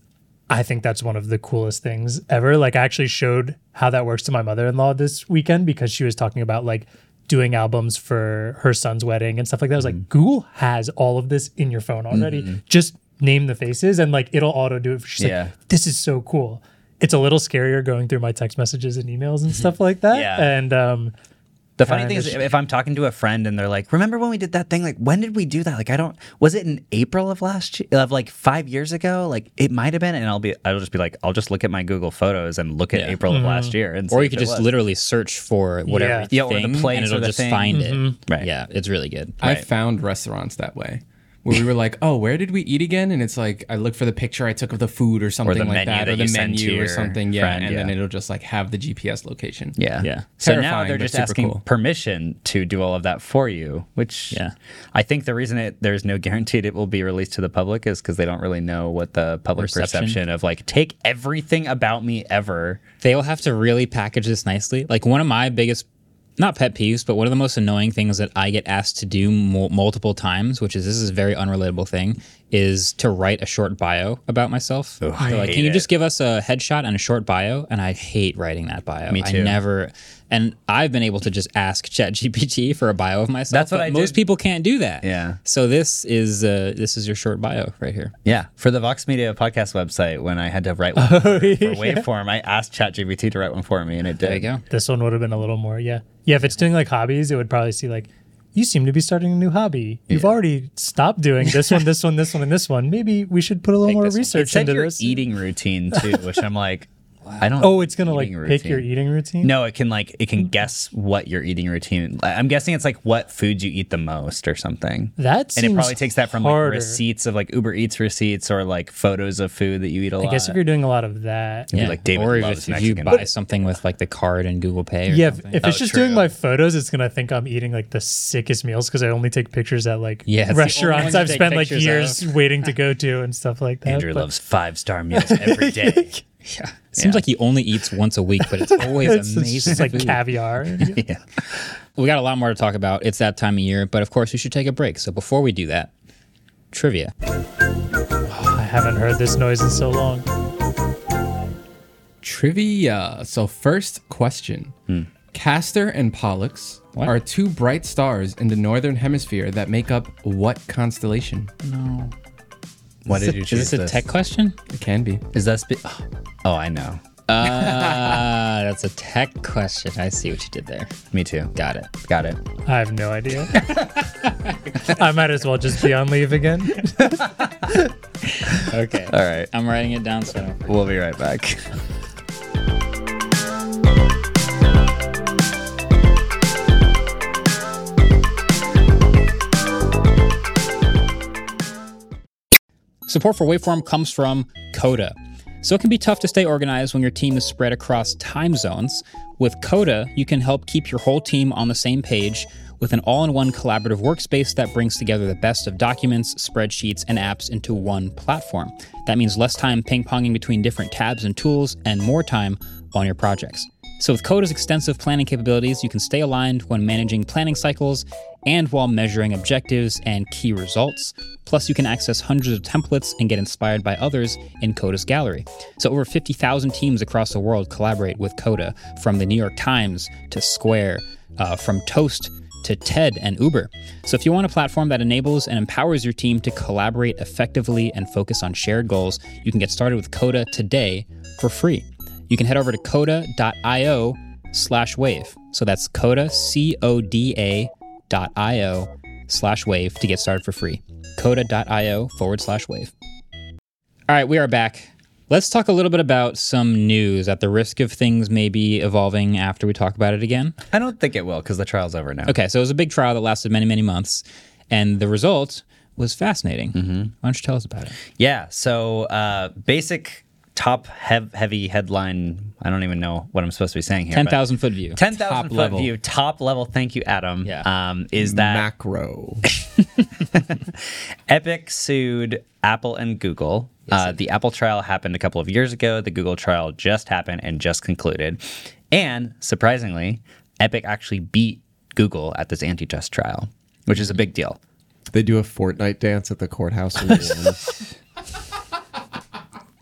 Speaker 3: I think that's one of the coolest things ever. Like, I actually showed how that works to my mother-in-law this weekend because she was talking about like doing albums for her son's wedding and stuff like that. I was
Speaker 4: Mm-hmm.
Speaker 3: like, Google has all of this in your phone already. Just name the faces and like it'll auto do it. She's
Speaker 4: Yeah.
Speaker 3: like, this is so cool. It's a little scarier going through my text messages and emails and stuff like that.
Speaker 4: Mm-hmm. Yeah.
Speaker 3: And um,
Speaker 4: The funny
Speaker 3: Kinda
Speaker 4: thing is,
Speaker 3: just-
Speaker 4: if I'm talking to a friend and they're like, "Remember when we did that thing? Like, when did we do that? Like, I don't. Was it in April of last year? Of like five years ago? Like, it might have been." And I'll be, I'll just be like, "I'll just look at my Google Photos and look at
Speaker 1: Yeah. Mm-hmm.
Speaker 4: April of last year." And see
Speaker 1: or you
Speaker 4: if
Speaker 1: could
Speaker 4: it
Speaker 1: just
Speaker 4: was.
Speaker 1: literally search for whatever
Speaker 3: Yeah,
Speaker 4: or the
Speaker 1: thing,
Speaker 4: place
Speaker 1: and
Speaker 4: or
Speaker 1: it'll
Speaker 4: the
Speaker 1: just
Speaker 4: thing.
Speaker 1: find it.
Speaker 4: Right.
Speaker 1: Yeah, it's really good.
Speaker 4: Right.
Speaker 1: I,
Speaker 4: I-
Speaker 5: I found restaurants that way. Where we were like, oh, where did we eat again? And it's like, I look for the picture I took of the food or something
Speaker 4: menu
Speaker 5: like that,
Speaker 4: that
Speaker 5: or the
Speaker 4: you sent to
Speaker 5: menu
Speaker 4: your
Speaker 5: or something. Yeah,
Speaker 4: friend,
Speaker 5: and then
Speaker 4: yeah.
Speaker 5: it'll just like have the GPS location.
Speaker 4: Yeah.
Speaker 1: Yeah.
Speaker 4: So now
Speaker 5: Terrifying,
Speaker 4: they're
Speaker 5: but
Speaker 4: just
Speaker 5: super
Speaker 4: asking
Speaker 5: cool.
Speaker 4: permission to do all of that for you, which
Speaker 1: Yeah.
Speaker 4: I think the reason it, there's no guarantee it will be released to the public is because they don't really know what the public
Speaker 1: Reception.
Speaker 4: perception of like, take everything about me ever.
Speaker 1: They'll have to really package this nicely. Like one of my biggest, not pet peeves, but one of the most annoying things that I get asked to do mul multiple times, which is this is a very unrelatable thing, is to write a short bio about myself. They're like,
Speaker 4: hate
Speaker 1: can you
Speaker 4: it.
Speaker 1: just give us a headshot and a short bio? And I hate writing that bio. Me I
Speaker 4: too.
Speaker 1: never. And I've been able to just ask ChatGPT for a bio of myself.
Speaker 4: That's what
Speaker 1: but
Speaker 4: I
Speaker 1: most
Speaker 4: did.
Speaker 1: people can't do that.
Speaker 4: Yeah.
Speaker 1: So this is uh, this is your short bio right here.
Speaker 4: Yeah, for the Vox Media podcast website, when I had to write
Speaker 3: Oh,
Speaker 4: one for, for Waveform, I asked ChatGPT to write one for me, and it did.
Speaker 1: There you go.
Speaker 3: This one would have been a little more, yeah. Yeah, if it's doing like hobbies, it would probably see like, you seem to be starting a new hobby. You've already stopped doing this one, this one, this one, and this one. Maybe we should put a little more
Speaker 4: This one. it
Speaker 3: research
Speaker 4: said
Speaker 3: into
Speaker 4: your
Speaker 3: this.
Speaker 4: eating routine too, which I'm like, I don't.
Speaker 3: oh, it's gonna like
Speaker 4: eating
Speaker 3: pick your
Speaker 4: routine.
Speaker 3: eating routine.
Speaker 4: No, it can like it can guess what your eating routine. I- I'm guessing it's like what food you eat the most or something.
Speaker 3: that
Speaker 4: and it
Speaker 3: seems
Speaker 4: probably takes that from like
Speaker 3: harder.
Speaker 4: receipts of like Uber Eats receipts or like photos of food that you eat a lot.
Speaker 3: I guess if you're doing a lot of that,
Speaker 4: It'd be like David
Speaker 1: or if
Speaker 4: loves
Speaker 1: it's- if you
Speaker 4: Mexican
Speaker 1: buy
Speaker 4: food.
Speaker 1: something with like the card and Google Pay. Or
Speaker 3: yeah, if,
Speaker 1: something.
Speaker 3: if it's
Speaker 4: Oh,
Speaker 3: just
Speaker 4: true.
Speaker 3: doing my photos, it's gonna think I'm eating like the sickest meals because I only take pictures at like
Speaker 1: Yeah, it's the only ones
Speaker 3: restaurants
Speaker 1: you
Speaker 3: I've
Speaker 1: take
Speaker 3: spent like
Speaker 1: pictures
Speaker 3: years
Speaker 1: of.
Speaker 3: waiting to go to and stuff like that.
Speaker 4: Andrew
Speaker 3: but-
Speaker 4: loves five star meals every day.
Speaker 1: It seems like he only eats once a week, but it's always
Speaker 3: It's,
Speaker 1: amazing.
Speaker 3: it's just like
Speaker 1: food.
Speaker 3: caviar.
Speaker 4: yeah.
Speaker 1: we got a lot more to talk about. It's that time of year, but of course we should take a break. So before we do that, trivia.
Speaker 3: I haven't heard this noise in so long.
Speaker 5: Trivia. So, first question
Speaker 4: Hmm.
Speaker 5: Castor and Pollux
Speaker 1: What?
Speaker 5: are two bright stars in the northern hemisphere that make up what constellation?
Speaker 4: Why did you
Speaker 1: Is
Speaker 4: choose
Speaker 1: this a tech question?
Speaker 5: It can be.
Speaker 4: Is that spe- oh, oh, I know.
Speaker 1: Ah, that's a tech question. I see what you did there.
Speaker 4: Me too.
Speaker 1: Got it.
Speaker 4: Got it.
Speaker 3: I have no idea. I might as well just be on leave again.
Speaker 1: Okay.
Speaker 4: All right.
Speaker 1: I'm writing it down so I don't
Speaker 4: We'll be right back.
Speaker 1: Support for Waveform comes from Coda. So it can be tough to stay organized when your team is spread across time zones. With Coda, you can help keep your whole team on the same page with an all in one collaborative workspace that brings together the best of documents, spreadsheets, and apps into one platform. That means less time ping ponging between different tabs and tools and more time on your projects. So, with Coda's extensive planning capabilities, you can stay aligned when managing planning cycles and while measuring objectives and key results. Plus, you can access hundreds of templates and get inspired by others in Coda's gallery. So, over 50,000 teams across the world collaborate with Coda, from the New York Times to Square, uh, from Toast to TED and Uber. So if you want a platform that enables and empowers your team to collaborate effectively and focus on shared goals, you can get started with Coda today for free. You can head over to coda.io slash wave. So that's coda, C O D A dot io slash wave to get started for free. Coda.io forward slash wave. All right, we are back. Let's talk a little bit about some news at the risk of things maybe evolving after we talk about it again.
Speaker 4: I don't think it will because the trial's over now.
Speaker 1: Okay, so it was a big trial that lasted many, many months, and the result was fascinating. Why don't you tell us about it?
Speaker 4: Mm-hmm. Yeah. So uh, basic top hev- heavy headline. I don't even know what I'm supposed to be saying here.
Speaker 1: Ten
Speaker 4: but-
Speaker 1: thousand foot view.
Speaker 4: 10,000
Speaker 5: Top
Speaker 4: foot
Speaker 5: level.
Speaker 4: view, top level. Thank you, Adam.
Speaker 1: Yeah.
Speaker 4: Um, is that
Speaker 5: Macro.
Speaker 4: Epic sued Apple and Google. uh, the Apple trial happened a couple of years ago. The Google trial just happened and just concluded. And surprisingly, Epic actually beat Google at this antitrust trial, which is a big deal.
Speaker 6: They do a Fortnite dance at the courthouse. when you win.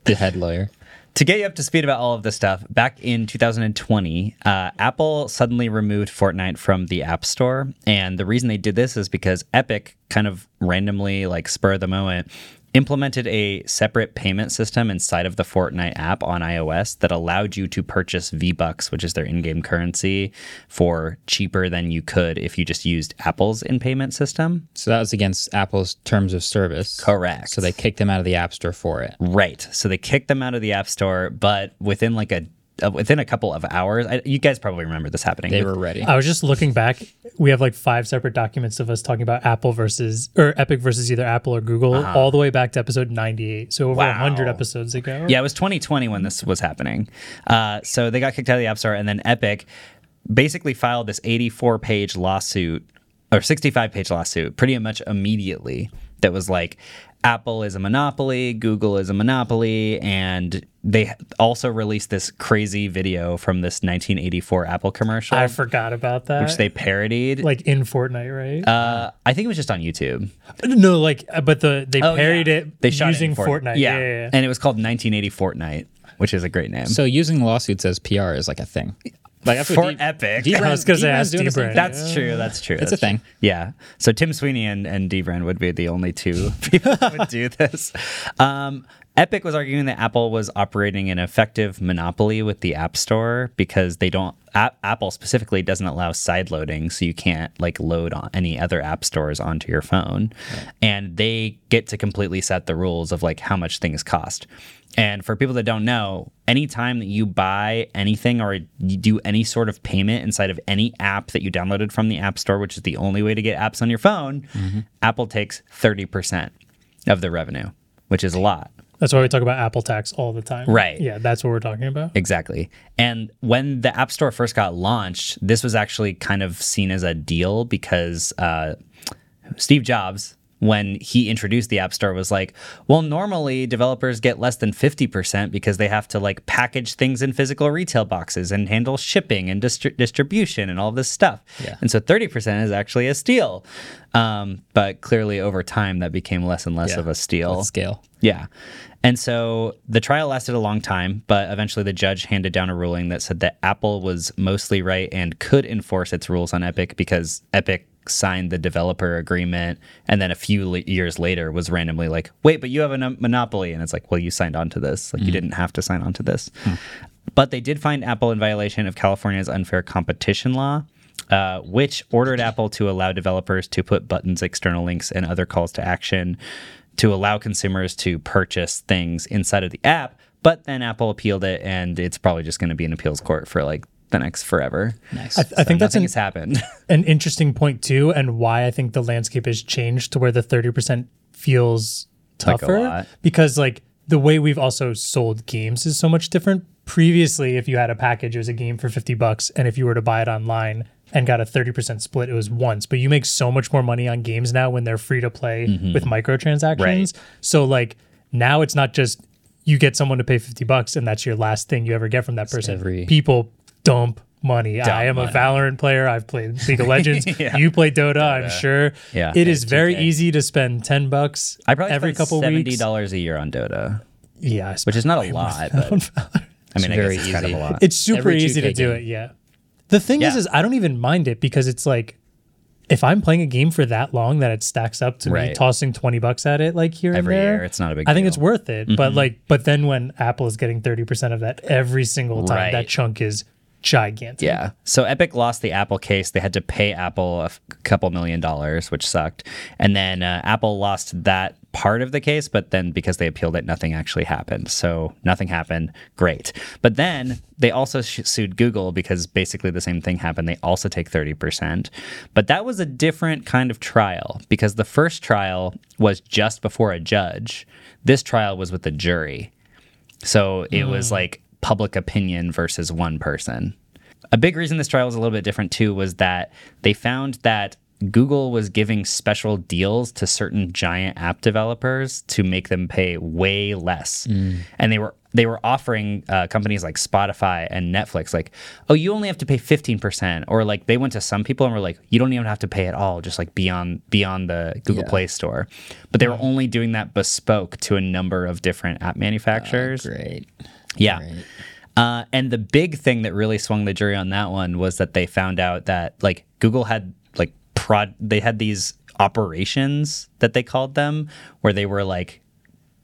Speaker 1: The head lawyer.
Speaker 4: To get you up to speed about all of this stuff, back in 2020, uh, Apple suddenly removed Fortnite from the App Store, and the reason they did this is because Epic kind of randomly, like spur of the moment, implemented a separate payment system inside of the Fortnite app on iOS that allowed you to purchase V Bucks, which is their in-game currency, for cheaper than you could if you just used Apple's in-payment system.
Speaker 1: So that was against Apple's terms of service.
Speaker 4: Correct.
Speaker 1: So they kicked him out of the App Store for it.
Speaker 4: Right. So they kicked them out of the app store, but within like a uh, within a couple of hours, I, you guys probably remember this happening.
Speaker 1: They
Speaker 4: With-
Speaker 1: were ready.
Speaker 3: I was just looking back. We have like five separate documents of us talking about Apple versus or Epic versus either Apple or Google, all the way back to episode ninety-eight. So over
Speaker 4: Uh-huh. Wow.
Speaker 3: hundred episodes ago.
Speaker 4: Yeah, it was 2020 when this was happening. Uh, so they got kicked out of the app store, and then Epic basically filed this 84 page lawsuit or 65 page lawsuit pretty much immediately that was like Apple is a monopoly, Google is a monopoly, and they also released this crazy video from this 1984 Apple commercial,
Speaker 3: I forgot about that.
Speaker 4: which they parodied.
Speaker 3: like in Fortnite, right?
Speaker 4: Uh, I think it was just on YouTube.
Speaker 3: no, like uh, but the they
Speaker 4: Oh,
Speaker 3: parried
Speaker 4: yeah.
Speaker 3: it
Speaker 4: They shot it in
Speaker 3: using Fortnite.
Speaker 4: Yeah.
Speaker 3: Yeah. yeah, yeah.
Speaker 4: and it was called 1980 Fortnite, which is a great name.
Speaker 1: So using lawsuits as PR is like a thing. Like that's
Speaker 4: For
Speaker 1: what D-
Speaker 4: Epic.
Speaker 1: D-Brand's-
Speaker 3: I was gonna say,
Speaker 1: D-Brand's
Speaker 3: ask
Speaker 1: doing the same
Speaker 3: D-Brand.
Speaker 1: thing.
Speaker 4: that's true. That's true.
Speaker 1: It's
Speaker 4: that's
Speaker 1: a thing.
Speaker 4: true. Yeah. So Tim Sweeney and and Debran would be the only two people that would do this. Um, Epic was arguing that Apple was operating an effective monopoly with the App Store because they don't. A- Apple specifically doesn't allow side loading, so you can't like load on any other app stores onto your phone, and they get to completely set the rules of like how much things cost. And for people that don't know, anytime that you buy anything or you do any sort of payment inside of any app that you downloaded from the App Store, which is the only way to get apps on your phone, Apple takes 30% of the revenue, which is a lot.
Speaker 3: That's why we talk about Apple tax all the time.
Speaker 4: Right.
Speaker 3: Yeah, that's what we're talking about.
Speaker 4: Exactly. And when the App Store first got launched, this was actually kind of seen as a deal because uh, Steve Jobs, when he introduced the App Store, was like, well, normally developers get less than 50% because they have to like package things in physical retail boxes and handle shipping and distri- distribution and all this stuff.
Speaker 1: Yeah.
Speaker 4: And so 30% is actually a steal. Um, but clearly over time, that became less and less
Speaker 1: Yeah.
Speaker 4: of a steal.
Speaker 1: Let's scale.
Speaker 4: Yeah. And so the trial lasted a long time, but eventually the judge handed down a ruling that said that Apple was mostly right and could enforce its rules on Epic because Epic signed the developer agreement and then a few le- years later was randomly like, "Wait, but you have a no- monopoly." And it's like, "Well, you signed on to this. Like you didn't have to sign on to this." But they did find Apple in violation of California's unfair competition law uh, which ordered Apple to allow developers to put buttons, external links, and other calls to action to allow consumers to purchase things inside of the app. But then Apple appealed it, and it's probably just going to be in appeals court for like the next forever. Nice.
Speaker 3: I, I think that's
Speaker 4: Nothing
Speaker 3: an,
Speaker 4: has happened.
Speaker 3: an interesting point too, and why I think the landscape has changed to where the thirty percent feels
Speaker 4: Like a
Speaker 3: tougher
Speaker 4: lot.
Speaker 3: because like the way we've also sold games is so much different. Previously, if you had a package, it was a game for fifty bucks, and if you were to buy it online and got a thirty percent split, it was once. But you make so much more money on games now when they're free to play with microtransactions.
Speaker 4: Mm-hmm. Right.
Speaker 3: So like now it's not just you get someone to pay fifty bucks and that's your last thing you ever get from that person.
Speaker 1: every-
Speaker 3: People dump money. I am a Valorant player. I've played League of Legends. You play Dota, I'm sure.
Speaker 4: Yeah,
Speaker 3: It
Speaker 4: yeah,
Speaker 3: is very
Speaker 4: 2K.
Speaker 3: easy to spend 10 bucks
Speaker 4: I probably
Speaker 3: every
Speaker 4: spend
Speaker 3: couple
Speaker 4: seventy
Speaker 3: weeks.
Speaker 4: dollars a year on Dota,
Speaker 3: Yeah, I
Speaker 4: which
Speaker 3: spend-
Speaker 4: is not a lot, but I mean, I guess
Speaker 1: very
Speaker 4: it's kind of a
Speaker 1: easy.
Speaker 4: lot.
Speaker 3: it's super
Speaker 1: every
Speaker 3: easy to
Speaker 1: 2K
Speaker 3: do
Speaker 1: game.
Speaker 3: it. Yeah. The thing is,
Speaker 4: Yeah.
Speaker 3: is I don't even mind it because it's like, if I'm playing a game for that long that it stacks up to me
Speaker 4: Right.
Speaker 3: tossing 20 bucks at it like here
Speaker 4: Every
Speaker 3: and there,
Speaker 4: year, it's not a big
Speaker 3: I think
Speaker 4: deal. Mm-hmm.
Speaker 3: it's worth it. But like, but then when Apple is getting 30% of that every single time,
Speaker 4: Right.
Speaker 3: that chunk is gigantic.
Speaker 4: Yeah. So Epic lost the Apple case. They had to pay Apple a f- couple million dollars, which sucked. And then uh, Apple lost that part of the case, but then because they appealed it, nothing actually happened. So nothing happened. Great. But then they also sh- sued Google because basically the same thing happened. They also take 30%. But that was a different kind of trial because the first trial was just before a judge, this trial was with a jury. So it was like public opinion versus one person. A big reason this trial was a little bit different too was that they found that Google was giving special deals to certain giant app developers to make them pay way less, and they were they were offering uh, companies like Spotify and Netflix like, oh, you only have to pay fifteen percent, or like they went to some people and were like, you don't even have to pay at all, just like beyond beyond the Google Play Store, but they were only doing that bespoke to a number of different app manufacturers.
Speaker 1: Great.
Speaker 4: Yeah. Uh, and the big thing that really swung the jury on that one was that they found out that like Google had like prod they had these operations that they called them where they were like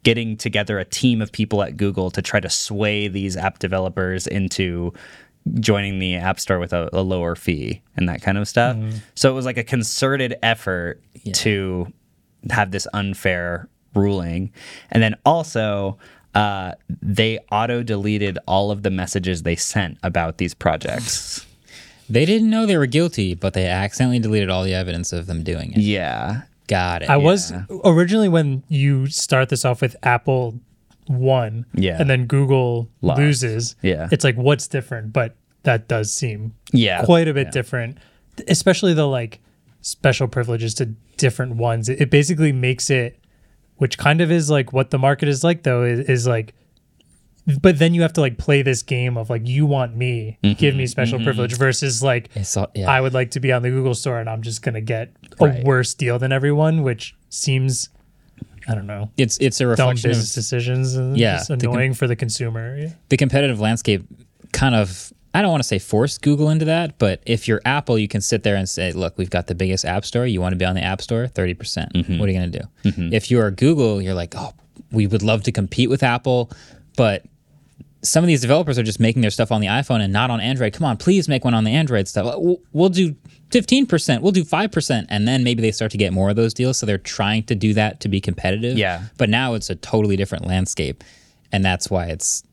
Speaker 4: getting together a team of people at Google to try to sway these app developers into joining the app store with a, a lower fee and that kind of stuff. So it was like a concerted effort to have this unfair ruling. And then also, uh, they auto deleted all of the messages they sent about these projects.
Speaker 1: They didn't know they were guilty, but they accidentally deleted all the evidence of them doing it.
Speaker 4: yeah.
Speaker 1: Got it.
Speaker 3: I was originally when you start this off with Apple one,
Speaker 4: Yeah.
Speaker 3: and then Google
Speaker 4: Lost.
Speaker 3: loses.
Speaker 4: Yeah.
Speaker 3: it's like what's different, but that does seem
Speaker 4: Yeah.
Speaker 3: quite a bit different, especially the like special privileges to different ones. It, it basically makes it, which kind of is like what the market is like though, is, is like. But then you have to like play this game of like you want me, give me special privilege versus like
Speaker 1: Mm-hmm, It's all- yeah.
Speaker 3: I would like to be on the Google store and I'm just going to get a
Speaker 4: Right.
Speaker 3: worse deal than everyone, which seems, I don't know,
Speaker 1: It's it's a
Speaker 3: dumb
Speaker 1: reflection
Speaker 3: business
Speaker 1: of
Speaker 3: decisions and
Speaker 1: Yeah,
Speaker 3: just
Speaker 1: the com-
Speaker 3: annoying for the consumer. Yeah.
Speaker 1: the competitive landscape kind of I don't want to say forced Google into that, but if you're Apple, you can sit there and say, "Look, we've got the biggest app store. You want to be on the app store? Thirty percent. What are you going to do?" If you're Google, you're like, "Oh, we would love to compete with Apple, but some of these developers are just making their stuff on the iPhone and not on Android. Come on, please make one on the Android stuff. We'll, we'll do 15%, we'll do 5%. And then maybe they start to get more of those deals. So they're trying to do that to be competitive.
Speaker 4: Yeah.
Speaker 1: But now it's a totally different landscape. And that's why it's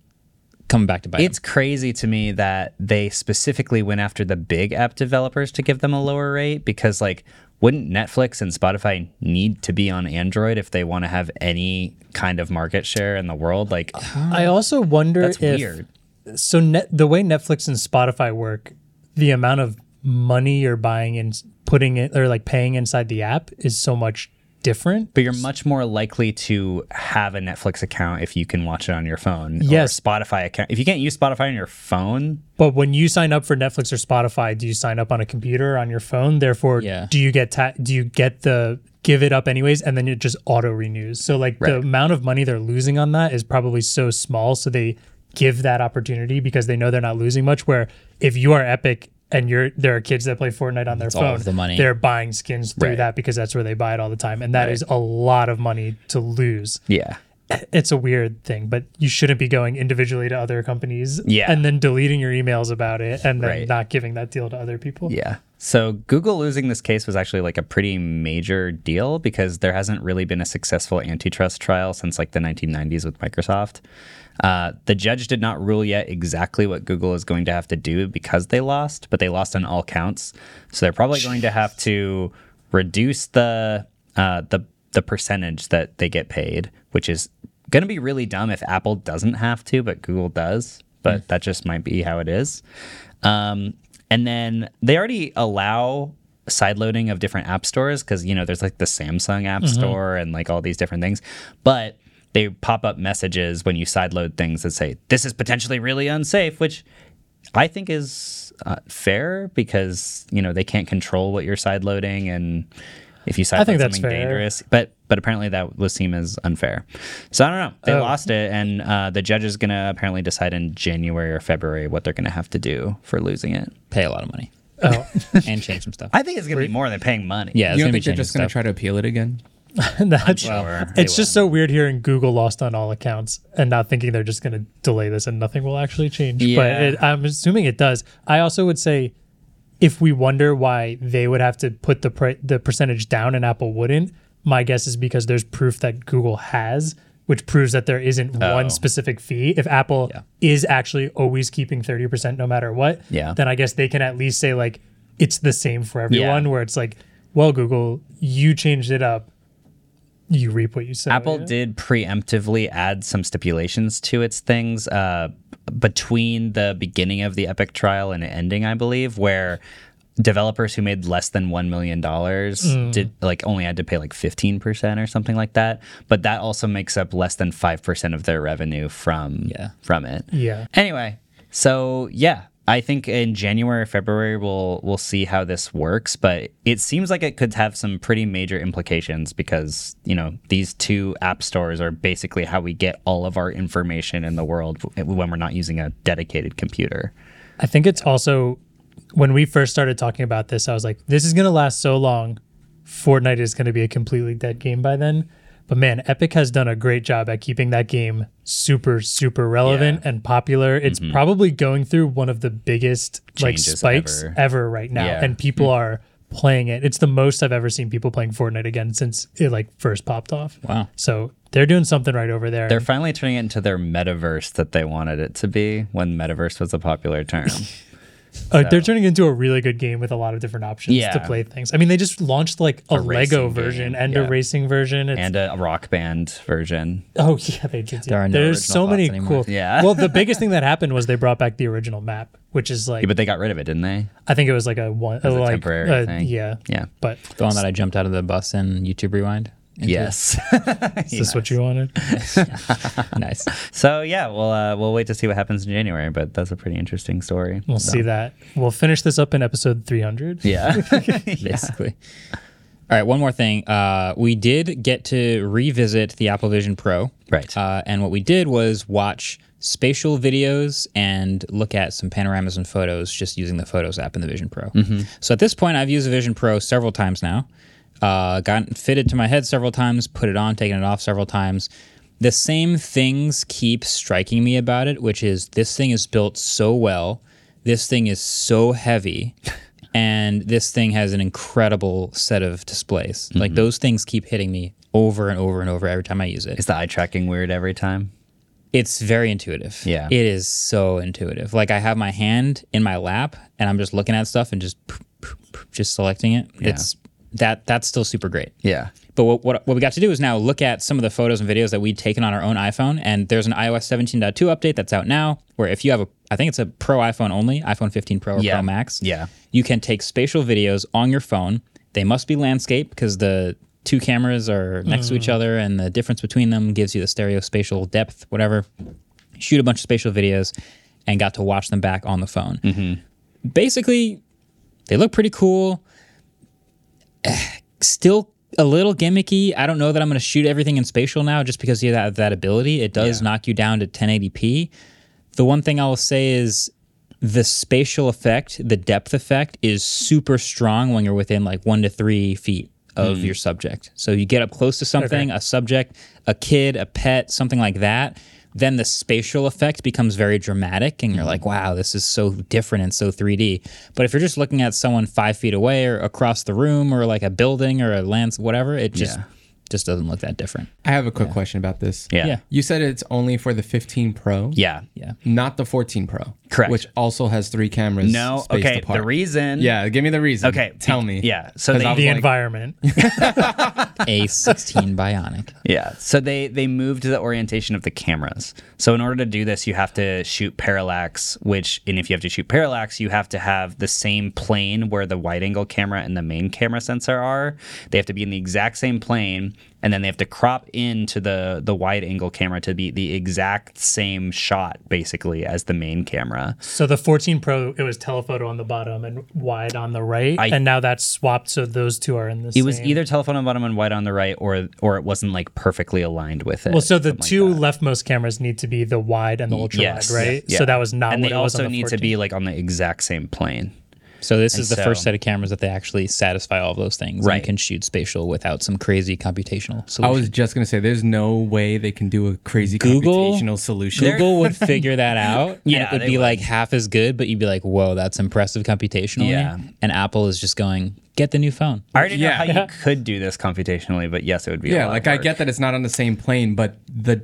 Speaker 1: coming back to bite.
Speaker 4: It's crazy to me that they specifically went after the big app developers to give them a lower rate because, like, wouldn't Netflix and Spotify need to be on Android if they want to have any kind of market share in the world? Like,
Speaker 1: Oh,
Speaker 3: I also wonder
Speaker 4: that's
Speaker 3: if,
Speaker 4: weird.
Speaker 3: so net, the way Netflix and Spotify work, the amount of money you're buying and putting it or like paying inside the app is so much different.
Speaker 4: But you're much more likely to have a Netflix account if you can watch it on your phone.
Speaker 3: Yes.
Speaker 4: Or a Spotify account. If you can't use Spotify on your phone,
Speaker 3: But when you sign up for Netflix or Spotify, do you sign up on a computer or on your phone? Therefore,
Speaker 1: Yeah.
Speaker 3: do you get ta- do you get the give it up anyways, and then it just auto renews? So like the amount of money they're losing on that is probably so small, so they give that opportunity because they know they're not losing much. Where if you are Epic and you're there are kids that play Fortnite on their
Speaker 1: all
Speaker 3: phone,
Speaker 1: of the money.
Speaker 3: they're buying skins through
Speaker 4: Right.
Speaker 3: that because that's where they buy it all the time, and that is a lot of money to lose
Speaker 4: yeah.
Speaker 3: it's a weird thing, but you shouldn't be going individually to other companies
Speaker 4: Yeah.
Speaker 3: and then deleting your emails about it and then
Speaker 4: Right.
Speaker 3: not giving that deal to other people.
Speaker 4: Yeah. So Google losing this case was actually like a pretty major deal because there hasn't really been a successful antitrust trial since like the 1990s with Microsoft. Uh, the judge did not rule yet exactly what Google is going to have to do because they lost, but they lost on all counts. So they're probably going to have to reduce the uh, the the percentage that they get paid, which is going to be really dumb if Apple doesn't have to, but Google does. But that just might be how it is. Um, and then they already allow sideloading of different app stores because you know there's like the Samsung
Speaker 3: Mm-hmm.
Speaker 4: app store and like all these different things, but they pop up messages when you sideload things that say this is potentially really unsafe, which I think is uh, fair because you know they can't control what you're side loading and if you side
Speaker 3: think
Speaker 4: load
Speaker 3: that's
Speaker 4: something
Speaker 3: fair.
Speaker 4: dangerous. But but apparently that was seen as unfair. So I don't know. They lost it, and uh, the judge is gonna apparently decide in January or February what they're gonna have to do for losing it.
Speaker 1: Pay a lot of money
Speaker 3: Oh,
Speaker 1: and change some stuff.
Speaker 4: I think it's gonna be more than paying money.
Speaker 1: yeah, it's
Speaker 5: you
Speaker 1: gonna
Speaker 5: don't
Speaker 1: be
Speaker 5: think they're
Speaker 1: changing
Speaker 5: just going to
Speaker 1: stuff.
Speaker 5: try to appeal it again?
Speaker 3: that's,
Speaker 4: sure they
Speaker 3: it's just so weird hearing Google lost on all accounts and not thinking they're just going to delay this and nothing will actually change.
Speaker 4: Yeah.
Speaker 3: But it, I'm assuming it does. I also would say if we wonder why they would have to put the pre- the percentage down and Apple wouldn't, my guess is because there's proof that Google has, which proves that there isn't
Speaker 4: Oh.
Speaker 3: one specific fee. If Apple is actually always keeping 30% no matter what,
Speaker 4: Yeah.
Speaker 3: then I guess they can at least say like it's the same for everyone where it's like, well Google, you changed it up. You reap what you sow.
Speaker 4: Apple did preemptively add some stipulations to its things uh, between the beginning of the Epic trial and ending, I believe, where developers who made less than $1 million did like only had to pay like 15% or something like that but that also makes up less than 5% of their revenue from
Speaker 1: Yeah.
Speaker 4: from it
Speaker 3: Yeah.
Speaker 4: Anyway, so yeah, I think in January or February we'll we'll see how this works, but it seems like it could have some pretty major implications because, you know, these two app stores are basically how we get all of our information in the world w- when we're not using a dedicated computer.
Speaker 3: I think it's also when we first started talking about this, I was like, this is going to last so long. Fortnite is going to be a completely dead game by then. But man, Epic has done a great job at keeping that game super, super relevant and popular. It's probably going through one of the biggest like
Speaker 4: Mm-hmm. Changes
Speaker 3: spikes
Speaker 4: ever.
Speaker 3: ever, right now,
Speaker 4: Yeah. Hmm.
Speaker 3: and people are playing it. It's the most I've ever seen people playing Fortnite again since it like first popped off.
Speaker 1: Wow.
Speaker 3: So they're doing something right over there.
Speaker 4: They're finally turning it into their metaverse that they wanted it to be when metaverse was a popular term.
Speaker 3: Uh, They're turning it into a really good game with a lot of different options
Speaker 4: Yeah.
Speaker 3: to play things. I mean, they just launched like a, Lego
Speaker 4: racing
Speaker 3: version
Speaker 4: game,
Speaker 3: and
Speaker 4: yeah.
Speaker 3: a racing version. It's,
Speaker 4: and a rock band version.
Speaker 3: oh yeah, they did.
Speaker 1: There
Speaker 3: yeah.
Speaker 1: are no
Speaker 3: There's
Speaker 1: original
Speaker 3: so many
Speaker 1: thoughts anymore.
Speaker 3: cool.
Speaker 4: Yeah.
Speaker 3: well, the biggest thing that happened was they brought back the original map, which is like
Speaker 4: Yeah, but they got rid of it, didn't they?
Speaker 3: I think it was like a one
Speaker 4: was a
Speaker 3: like,
Speaker 4: temporary
Speaker 3: uh,
Speaker 4: thing.
Speaker 3: Yeah,
Speaker 4: Yeah.
Speaker 3: But
Speaker 1: The one that I jumped out of the bus in YouTube Rewind. into?
Speaker 4: Yes.
Speaker 3: is this what you wanted?
Speaker 1: nice.
Speaker 4: So yeah, we'll uh, we'll wait to see what happens in January, but that's a pretty interesting story.
Speaker 3: We'll
Speaker 4: So-
Speaker 3: see that. We'll finish this up in episode 300.
Speaker 4: Yeah.
Speaker 1: basically. All right, one more thing. Uh, we did get to revisit the Apple Vision Pro.
Speaker 4: Right.
Speaker 1: Uh, and what we did was watch spatial videos and look at some panoramas and photos just using the Photos app in the Vision Pro. So at this point, I've used the Vision Pro several times now. Uh, gotten fitted to my head several times, put it on, taken it off several times. The same things keep striking me about it, which is this thing is built so well. This thing is so heavy. and this thing has an incredible set of displays. Like those things keep hitting me over and over and over every time I use it.
Speaker 4: Is the eye tracking weird every time?
Speaker 1: It's very intuitive.
Speaker 4: Yeah.
Speaker 1: It is so intuitive. Like I have my hand in my lap and I'm just looking at stuff and just poof, poof, poof, just selecting it. It's that that's still super great.
Speaker 4: Yeah.
Speaker 1: But what, what, what we got to do is now look at some of the photos and videos that we'd taken on our own iPhone. And there's an iOS 17.2 update that's out now where if you have a, I think it's a Pro iPhone only, iPhone 15 Pro or
Speaker 4: Yeah.
Speaker 1: Pro Max.
Speaker 4: Yeah.
Speaker 1: You can take spatial videos on your phone. They must be landscape because the two cameras are next to each other and the difference between them gives you the stereo spatial depth, whatever. Shoot a bunch of spatial videos and got to watch them back on the phone. Basically, they look pretty cool still a little gimmicky. I don't know that I'm going to shoot everything in spatial now just because you have that ability. It does knock you down to 1080p. The one thing I'll say is the spatial effect, the depth effect is super strong when you're within like one to three feet of your subject. So you get up close to something, a subject, a kid, a pet, something like that. Then the spatial effect becomes very dramatic, and you're like, wow, this is so different and so 3D. But if you're just looking at someone five feet away or across the room or like a building or a lens, whatever, it just just doesn't look that different.
Speaker 5: I have a quick question about this.
Speaker 4: Yeah.
Speaker 1: Yeah.
Speaker 5: You said it's only for the 15 Pro.
Speaker 4: Yeah.
Speaker 1: Yeah.
Speaker 5: Not the 14 Pro.
Speaker 4: Correct.
Speaker 5: Which also has three cameras.
Speaker 4: No.
Speaker 5: spaced
Speaker 4: okay.
Speaker 5: apart.
Speaker 4: The reason.
Speaker 5: Yeah. Give me the reason.
Speaker 4: Okay.
Speaker 5: Tell
Speaker 4: be-
Speaker 5: me.
Speaker 4: Yeah. So
Speaker 5: 'Cause
Speaker 4: they-
Speaker 5: I was
Speaker 3: The
Speaker 5: like,
Speaker 3: environment.
Speaker 1: A sixteen bionic.
Speaker 4: Yeah. So they they moved the orientation of the cameras. So in order to do this, you have to shoot parallax, which and if you have to shoot parallax, you have to have the same plane where the wide angle camera and the main camera sensor are. They have to be in the exact same plane. and then they have to crop into the the wide angle camera to be the exact same shot basically as the main camera.
Speaker 3: So the 14 Pro, it was telephoto on the bottom and wide on the right,
Speaker 4: I-
Speaker 3: and now that's swapped, so those two are in the
Speaker 4: It
Speaker 3: same.
Speaker 4: was either telephone on the bottom and wide on the right, or or it wasn't like perfectly aligned with it.
Speaker 3: well, so the
Speaker 4: something like
Speaker 3: two
Speaker 4: that.
Speaker 3: leftmost cameras need to be the wide and the ultra
Speaker 4: Yes.
Speaker 3: wide, right?
Speaker 4: Yeah.
Speaker 3: So that was not.
Speaker 4: and
Speaker 3: what
Speaker 4: they
Speaker 3: it was
Speaker 4: also
Speaker 3: on the
Speaker 4: need to
Speaker 3: 14.
Speaker 4: be like on the exact same plane.
Speaker 1: So this
Speaker 4: And
Speaker 1: is the
Speaker 4: so-
Speaker 1: first set of cameras that they actually satisfy all of those things
Speaker 4: Right.
Speaker 1: and can shoot spatial without some crazy computational solution.
Speaker 5: I was just gonna say, there's no way they can do a crazy
Speaker 1: Google-
Speaker 5: computational solution.
Speaker 1: Google would figure that out.
Speaker 4: Yeah,
Speaker 1: and it'd
Speaker 4: they
Speaker 1: be
Speaker 4: would.
Speaker 1: like half as good, but you'd be like, "Whoa, that's impressive computationally."
Speaker 4: Yeah.
Speaker 1: And Apple is just going, "Get the new phone."
Speaker 4: I already
Speaker 5: Yeah.
Speaker 4: know how you could do this computationally, but yes, it would be. a
Speaker 5: Yeah,
Speaker 4: lot
Speaker 5: like
Speaker 4: of
Speaker 5: I
Speaker 4: work.
Speaker 5: get that it's not on the same plane, but the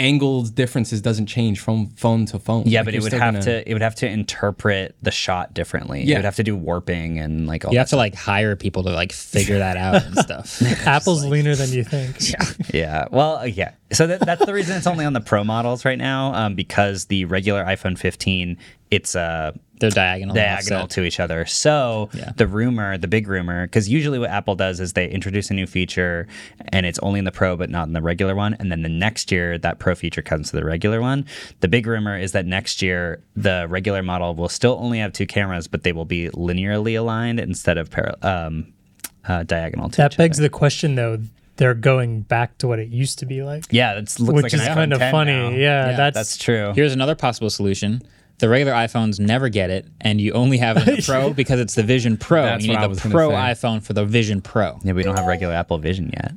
Speaker 5: angles differences doesn't change from phone to phone.
Speaker 4: Yeah,
Speaker 5: Like,
Speaker 4: but
Speaker 5: you're
Speaker 4: it would
Speaker 5: still
Speaker 4: have
Speaker 5: gonna-
Speaker 4: to it would have to interpret the shot differently. It
Speaker 5: Yeah.
Speaker 4: would have to do warping and like all
Speaker 1: You
Speaker 4: that
Speaker 1: have to like hire people to like figure that out and stuff.
Speaker 3: Apple's leaner than you think.
Speaker 4: Yeah. Well, uh, yeah. So that, that's the reason it's only on the Pro models right now, um, because the regular iPhone 15, it's uh,
Speaker 1: They're diagonal. and offset.
Speaker 4: diagonal to each other. So
Speaker 1: Yeah.
Speaker 4: the rumor, the big rumor, because usually what Apple does is they introduce a new feature and it's only in the Pro but not in the regular one. And then the next year, that Pro feature comes to the regular one. The big rumor is that next year, the regular model will still only have two cameras, but they will be linearly aligned instead of par- um, uh, diagonal to
Speaker 3: That
Speaker 4: each other.
Speaker 3: begs the question, though. They're going back to what it used to be like,
Speaker 4: Yeah, that's looks
Speaker 3: which
Speaker 4: like
Speaker 3: is
Speaker 4: an iPhone
Speaker 3: kind of
Speaker 4: 10
Speaker 3: funny.
Speaker 4: now.
Speaker 3: Yeah, that's,
Speaker 4: That's true.
Speaker 1: Here's another possible solution. The regular iPhones never get it, and you only have it in the Pro because it's the Vision Pro.
Speaker 5: That's
Speaker 1: you need
Speaker 5: what I
Speaker 1: the
Speaker 5: was gonna
Speaker 1: Pro
Speaker 5: say.
Speaker 1: iPhone for the Vision Pro.
Speaker 4: Yeah, we don't have regular Apple Vision yet.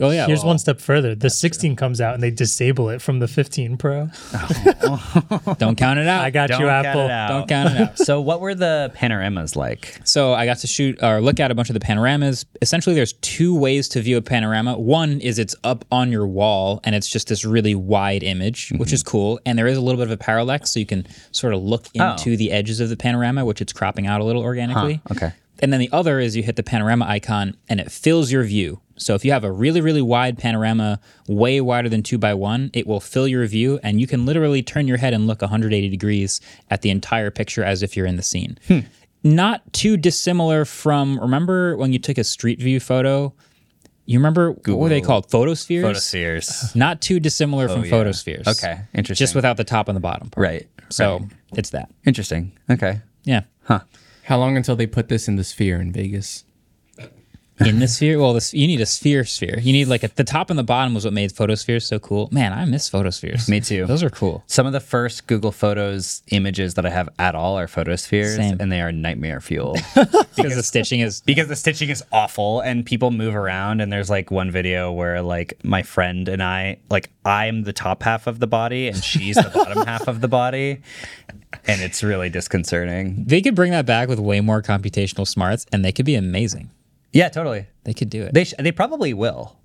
Speaker 1: Oh yeah.
Speaker 3: Here's
Speaker 1: well,
Speaker 3: one step further. The 16 comes out and they disable it from the 15 Pro.
Speaker 1: Don't count it out.
Speaker 3: I got
Speaker 4: Don't
Speaker 3: you,
Speaker 4: count
Speaker 3: Apple.
Speaker 4: it out.
Speaker 1: Don't count it out.
Speaker 4: So, what were the panoramas like?
Speaker 1: So I got to shoot or look at a bunch of the panoramas. Essentially, there's two ways to view a panorama. One is it's up on your wall and it's just this really wide image,
Speaker 4: Mm-hmm.
Speaker 1: which is cool. And there is a little bit of a parallax, so you can sort of look
Speaker 4: Oh.
Speaker 1: into the edges of the panorama, which it's cropping out a little organically.
Speaker 4: okay.
Speaker 1: And then the other is you hit the panorama icon and it fills your view. So if you have a really, really wide panorama, way wider than two by one, it will fill your view and you can literally turn your head and look 180 degrees at the entire picture as if you're in the scene.
Speaker 4: Hmm.
Speaker 1: Not too dissimilar from, remember when you took a street view photo? You remember what were they called? Photospheres?
Speaker 4: Photospheres. Oh,
Speaker 1: Not too dissimilar from photospheres.
Speaker 4: Okay, interesting.
Speaker 1: Just without the top and the bottom. part.
Speaker 4: Right.
Speaker 1: So
Speaker 4: right.
Speaker 1: it's that.
Speaker 4: interesting. Okay.
Speaker 1: Yeah.
Speaker 5: How long until they put this in the sphere in Vegas?
Speaker 1: in the sphere well this you need a sphere sphere you need like a, the top and the bottom was what made photospheres so cool man i miss photospheres
Speaker 4: Me too.
Speaker 1: those are cool
Speaker 4: Some of the first Google Photos images that I have at all are photospheres,
Speaker 1: Same.
Speaker 4: and they are nightmare fuel.
Speaker 1: because the stitching is
Speaker 4: because the stitching is awful and people move around and there's like one video where like my friend and I like I'm the top half of the body and she's the bottom half of the body and it's really disconcerting.
Speaker 1: they could bring that back with way more computational smarts and they could be amazing
Speaker 4: Yeah, totally.
Speaker 1: they could do it
Speaker 4: They sh- they probably will.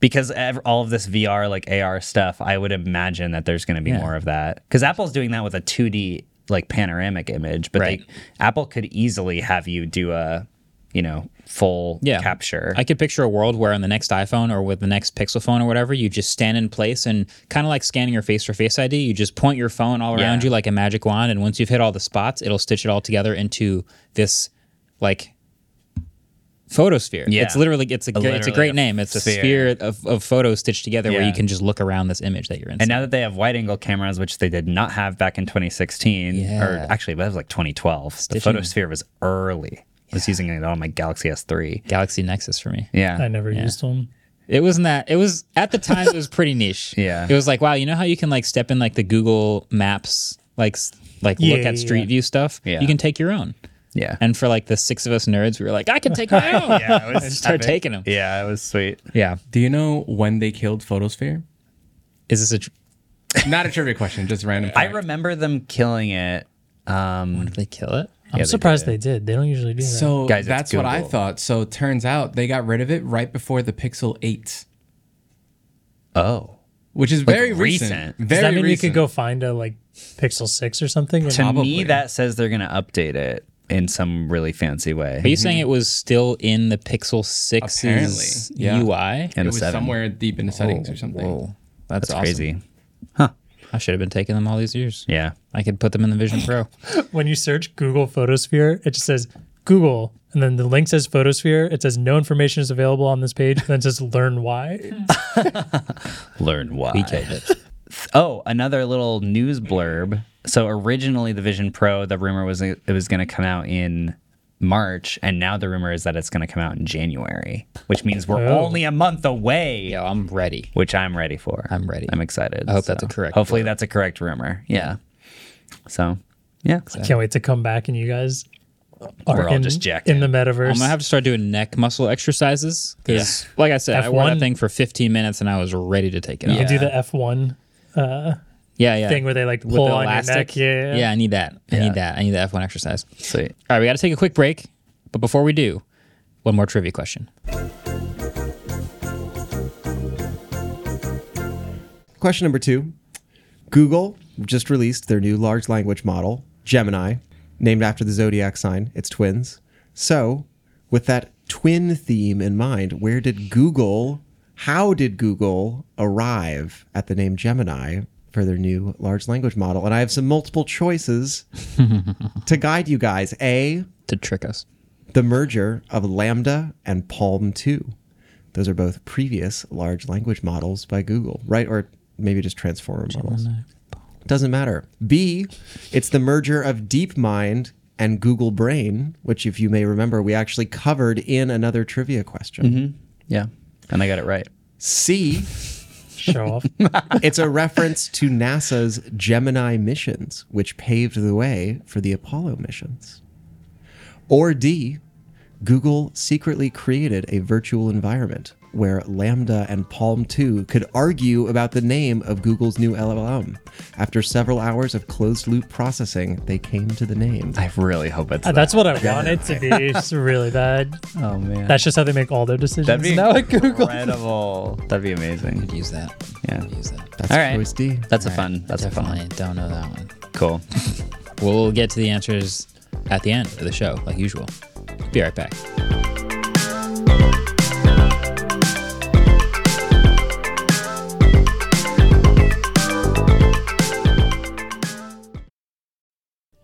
Speaker 4: Because ev- all of this VR like AR stuff, I would imagine that there's going to be
Speaker 1: Yeah.
Speaker 4: more of that. Cuz Apple's doing that with a 2D like panoramic image, but
Speaker 1: Right.
Speaker 4: they, Apple could easily have you do a, you know, full
Speaker 1: yeah
Speaker 4: capture.
Speaker 1: i could picture a world where on the next iphone or with the next pixel phone or whatever you just stand in place and kind of like scanning your face for face id you just point your phone all around
Speaker 4: Yeah.
Speaker 1: you like a magic wand and once you've hit all the spots it'll stitch it all together into this like photosphere
Speaker 4: Yeah.
Speaker 1: it's literally it's a, gr- it's a
Speaker 4: Literally
Speaker 1: great
Speaker 4: a
Speaker 1: name it's a
Speaker 4: sphere.
Speaker 1: sphere of, of photos stitched together where
Speaker 4: Yeah.
Speaker 1: you can just look around this image that you're in
Speaker 4: And now that they have wide angle cameras, which they did not have back in 2016,
Speaker 1: Yeah.
Speaker 4: or actually that was like 2012,
Speaker 1: Stitching.
Speaker 4: the Photosphere was early. I was using it on my Galaxy S3.
Speaker 1: galaxy nexus for me
Speaker 4: Yeah.
Speaker 3: I never used one.
Speaker 1: It wasn't that. It was at the time. it was pretty niche.
Speaker 4: Yeah.
Speaker 1: It was like, wow, you know how you can like step in like the Google Maps, like s- like
Speaker 3: Yeah,
Speaker 1: look
Speaker 3: yeah,
Speaker 1: at Street
Speaker 3: yeah.
Speaker 1: View stuff.
Speaker 4: Yeah.
Speaker 1: You can take your own.
Speaker 4: Yeah.
Speaker 1: And for like the six of us nerds, we were like, I can take my own.
Speaker 4: yeah, it was
Speaker 1: And start
Speaker 4: epic.
Speaker 1: taking 'em.
Speaker 4: Yeah, it was sweet.
Speaker 1: Yeah.
Speaker 5: Do you know when they killed Photosphere?
Speaker 1: Is this a? Tr-
Speaker 5: Not a trivia question, just random.
Speaker 4: I
Speaker 5: fact.
Speaker 4: remember them killing it. Um,
Speaker 1: did they kill it?
Speaker 3: I'm surprised they did. they don't usually do that.
Speaker 5: so
Speaker 4: Guys, it's
Speaker 5: that's what I
Speaker 4: Google.
Speaker 5: thought. So it turns out they got rid of it right before the Pixel 8,
Speaker 4: oh.
Speaker 5: which is very
Speaker 4: recent.
Speaker 5: recent.
Speaker 4: Does
Speaker 5: Very
Speaker 3: Does that mean
Speaker 5: recent.
Speaker 3: you could go find a like Pixel 6 or something? And-
Speaker 4: To me,
Speaker 5: Probably.
Speaker 4: that says they're going to update it in some really fancy
Speaker 1: Are
Speaker 4: way.
Speaker 1: you saying it was still in the Pixel 6's
Speaker 5: Apparently, yeah.
Speaker 1: UI?
Speaker 5: It
Speaker 4: And a
Speaker 5: was
Speaker 4: seven.
Speaker 5: somewhere deep in the settings or something.
Speaker 1: Whoa, that's,
Speaker 4: That's
Speaker 1: awesome.
Speaker 4: crazy.
Speaker 1: I should have been taking them all these years.
Speaker 4: Yeah.
Speaker 1: I could put them in the Vision Pro.
Speaker 3: when you search Google Photosphere, it just says Google, and then the link says Photosphere. It says no information is available on this page, and then it says learn why.
Speaker 4: Learn why.
Speaker 1: We killed it.
Speaker 4: Oh, another little news blurb. So originally the Vision Pro, the rumor was it was going to come out in March, and now the rumor is that it's going to come out in January, which means we're
Speaker 3: Oh.
Speaker 4: only a month away.
Speaker 1: Yo, I'm ready.
Speaker 4: Which I'm ready for.
Speaker 1: I'm ready.
Speaker 4: I'm excited.
Speaker 1: I hope that's a correct
Speaker 4: Hopefully that's a correct rumor. Yeah. So, yeah.
Speaker 3: Can't wait to come back and you guys are
Speaker 4: We're all
Speaker 3: in,
Speaker 4: just jacked
Speaker 3: in the
Speaker 4: in.
Speaker 3: metaverse.
Speaker 1: I'm gonna have to start doing neck muscle exercises because, like I said, I wore that
Speaker 3: F1.
Speaker 1: thing for 15 minutes and I was ready to take it
Speaker 3: you
Speaker 1: off.
Speaker 3: can do the F1
Speaker 1: yeah, yeah.
Speaker 3: thing where they like
Speaker 1: With
Speaker 3: pull
Speaker 1: the
Speaker 3: on
Speaker 1: elastic.
Speaker 3: your neck. Yeah.
Speaker 1: I need that. I need that. I need the F1 exercise.
Speaker 4: Sweet.
Speaker 1: All right, we got to take a quick break, but before we do, one more trivia question.
Speaker 6: Question number two Google just released their new large language model, Gemini, named after the zodiac sign, its twins. So, with that twin theme in mind, where did Google, how did Google arrive at the name Gemini for their new large language model? And I have some multiple choices to guide you guys. A,
Speaker 1: To trick us,
Speaker 6: the merger of Lambda and Palm 2. Those are both previous large language models by Google, right? Or maybe just transformer models. Doesn't matter. B, it's the merger of DeepMind and Google Brain, which, if you may remember, we actually covered in another trivia question.
Speaker 4: Yeah. And I got it right.
Speaker 6: C,
Speaker 3: Show off.
Speaker 6: it's a reference to NASA's Gemini missions, which paved the way for the Apollo missions. Or D, Google secretly created a virtual environment where Lambda and Palm 2 could argue about the name of Google's new LLM. After several hours of closed loop processing, they came to the name.
Speaker 4: I really hope it's that.
Speaker 3: That's what I want it to be. It's really bad.
Speaker 4: Oh, man.
Speaker 3: That's just how they make all their decisions.
Speaker 4: That'd be
Speaker 3: now at Google.
Speaker 4: incredible. That'd be amazing.
Speaker 1: use that.
Speaker 4: Yeah.
Speaker 1: Use that.
Speaker 6: That's
Speaker 4: All right.
Speaker 6: choice D.
Speaker 4: That's a fun. That's a fun
Speaker 1: Definitely don't
Speaker 4: one.
Speaker 1: know that one.
Speaker 4: Cool.
Speaker 1: We'll get to the answers at the end of the show, like usual. Be right back.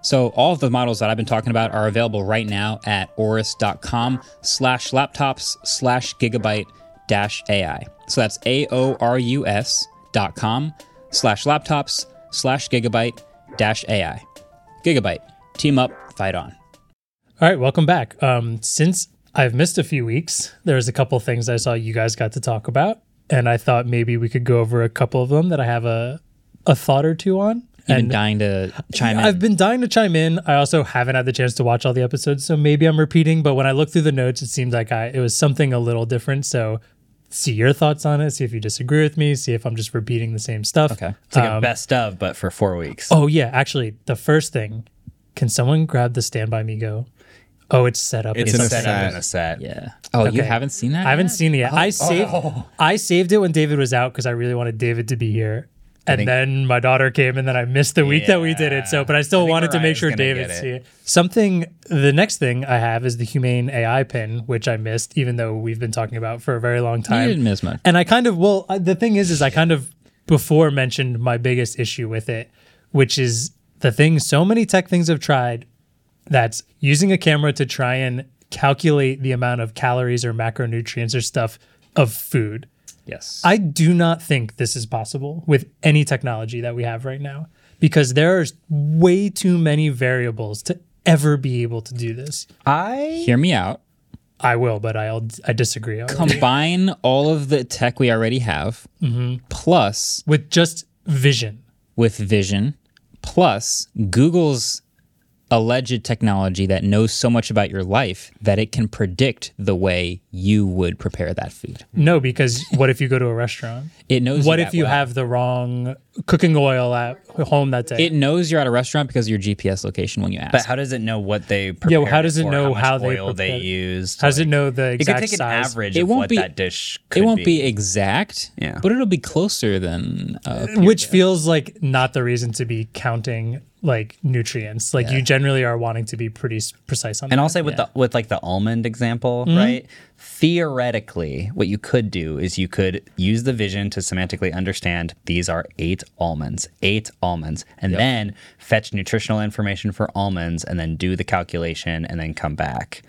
Speaker 1: So all of the models that I've been talking about are available right now at oris.com slash laptops slash gigabyte dash AI. So that's A-O-R-U-S dot com slash laptops slash gigabyte dash AI. Gigabyte. Team up, fight on.
Speaker 3: All right, welcome back. Um, since I've missed a few weeks, there was a couple things I saw you guys got to talk about, and I thought maybe we could go over a couple of them that I have a a thought or two on.
Speaker 1: You've
Speaker 3: and
Speaker 1: been dying to chime in.
Speaker 3: I've been dying to chime in. I also haven't had the chance to watch all the episodes, so maybe I'm repeating. But when I look through the notes, it seems like I it was something a little different. So see your thoughts on it, see if you disagree with me, see if I'm just repeating the same stuff.
Speaker 4: Okay. It's like a best of, but for four weeks.
Speaker 3: Um, Oh yeah, actually, the first thing, can someone grab the Stand By Me Go? Oh, it's set up.
Speaker 5: It's
Speaker 4: it's
Speaker 5: in a
Speaker 4: set up
Speaker 5: set.
Speaker 4: in a set.
Speaker 1: Yeah. Oh, you haven't seen that?
Speaker 3: I haven't
Speaker 1: yet?
Speaker 3: seen it yet. I saved I saved it when David was out because I really wanted David to be here. And then my daughter came, and then I missed the week that we did it. So, but I still
Speaker 4: think
Speaker 3: wanted to make
Speaker 4: Mariah's
Speaker 3: sure
Speaker 4: gonna
Speaker 3: David
Speaker 4: get
Speaker 3: see
Speaker 4: it.
Speaker 3: it. Something. The next thing I have is the humane AI pin, which I missed, even though we've been talking about for a very long time.
Speaker 1: didn't miss much.
Speaker 3: And I kind of well, I, the thing is, is I kind of before mentioned my biggest issue with it, which is the thing so many tech things have tried that's using a camera to try and calculate the amount of calories or macronutrients or stuff of food.
Speaker 1: Yes.
Speaker 3: I do not think this is possible with any technology that we have right now because there are way too many variables to ever be able to do this.
Speaker 4: I
Speaker 1: Hear me out.
Speaker 3: I will, but I'll I disagree already.
Speaker 1: Combine all of the tech we already have,
Speaker 3: Mm-hmm.
Speaker 1: plus
Speaker 3: with just vision.
Speaker 1: with vision, plus Google's alleged technology that knows so much about your life that it can predict the way you would prepare that food.
Speaker 4: Hmm.
Speaker 3: No, because what if you go to a restaurant?
Speaker 1: It knows
Speaker 3: What
Speaker 1: that
Speaker 3: if you
Speaker 1: well.
Speaker 3: have the wrong cooking oil at home that day?
Speaker 1: It knows you're at a restaurant because of your GPS location when you ask.
Speaker 4: But how does it know what they prepared?
Speaker 3: yeah, well, how does it
Speaker 4: for,
Speaker 3: know
Speaker 4: much
Speaker 3: how, they
Speaker 4: oil they
Speaker 3: prepared-
Speaker 4: used?
Speaker 3: How does it
Speaker 4: like-
Speaker 3: know the
Speaker 4: You could
Speaker 3: exact
Speaker 4: take an
Speaker 3: size?
Speaker 4: average
Speaker 1: It
Speaker 4: of
Speaker 1: won't
Speaker 4: what
Speaker 1: be-
Speaker 4: that dish could
Speaker 1: it won't be. exact,
Speaker 4: Yeah.
Speaker 1: but it'll be closer than. Uh,
Speaker 3: which feels like not the reason to be counting like nutrients. Like you generally are wanting to be pretty s- precise on
Speaker 4: And
Speaker 3: that.
Speaker 4: I'll say with the with like the almond example, right? Theoretically, what you could do is you could use the vision to semantically understand these are eight almonds, eight almonds, and then fetch nutritional information for almonds, and then do the calculation, and then come back.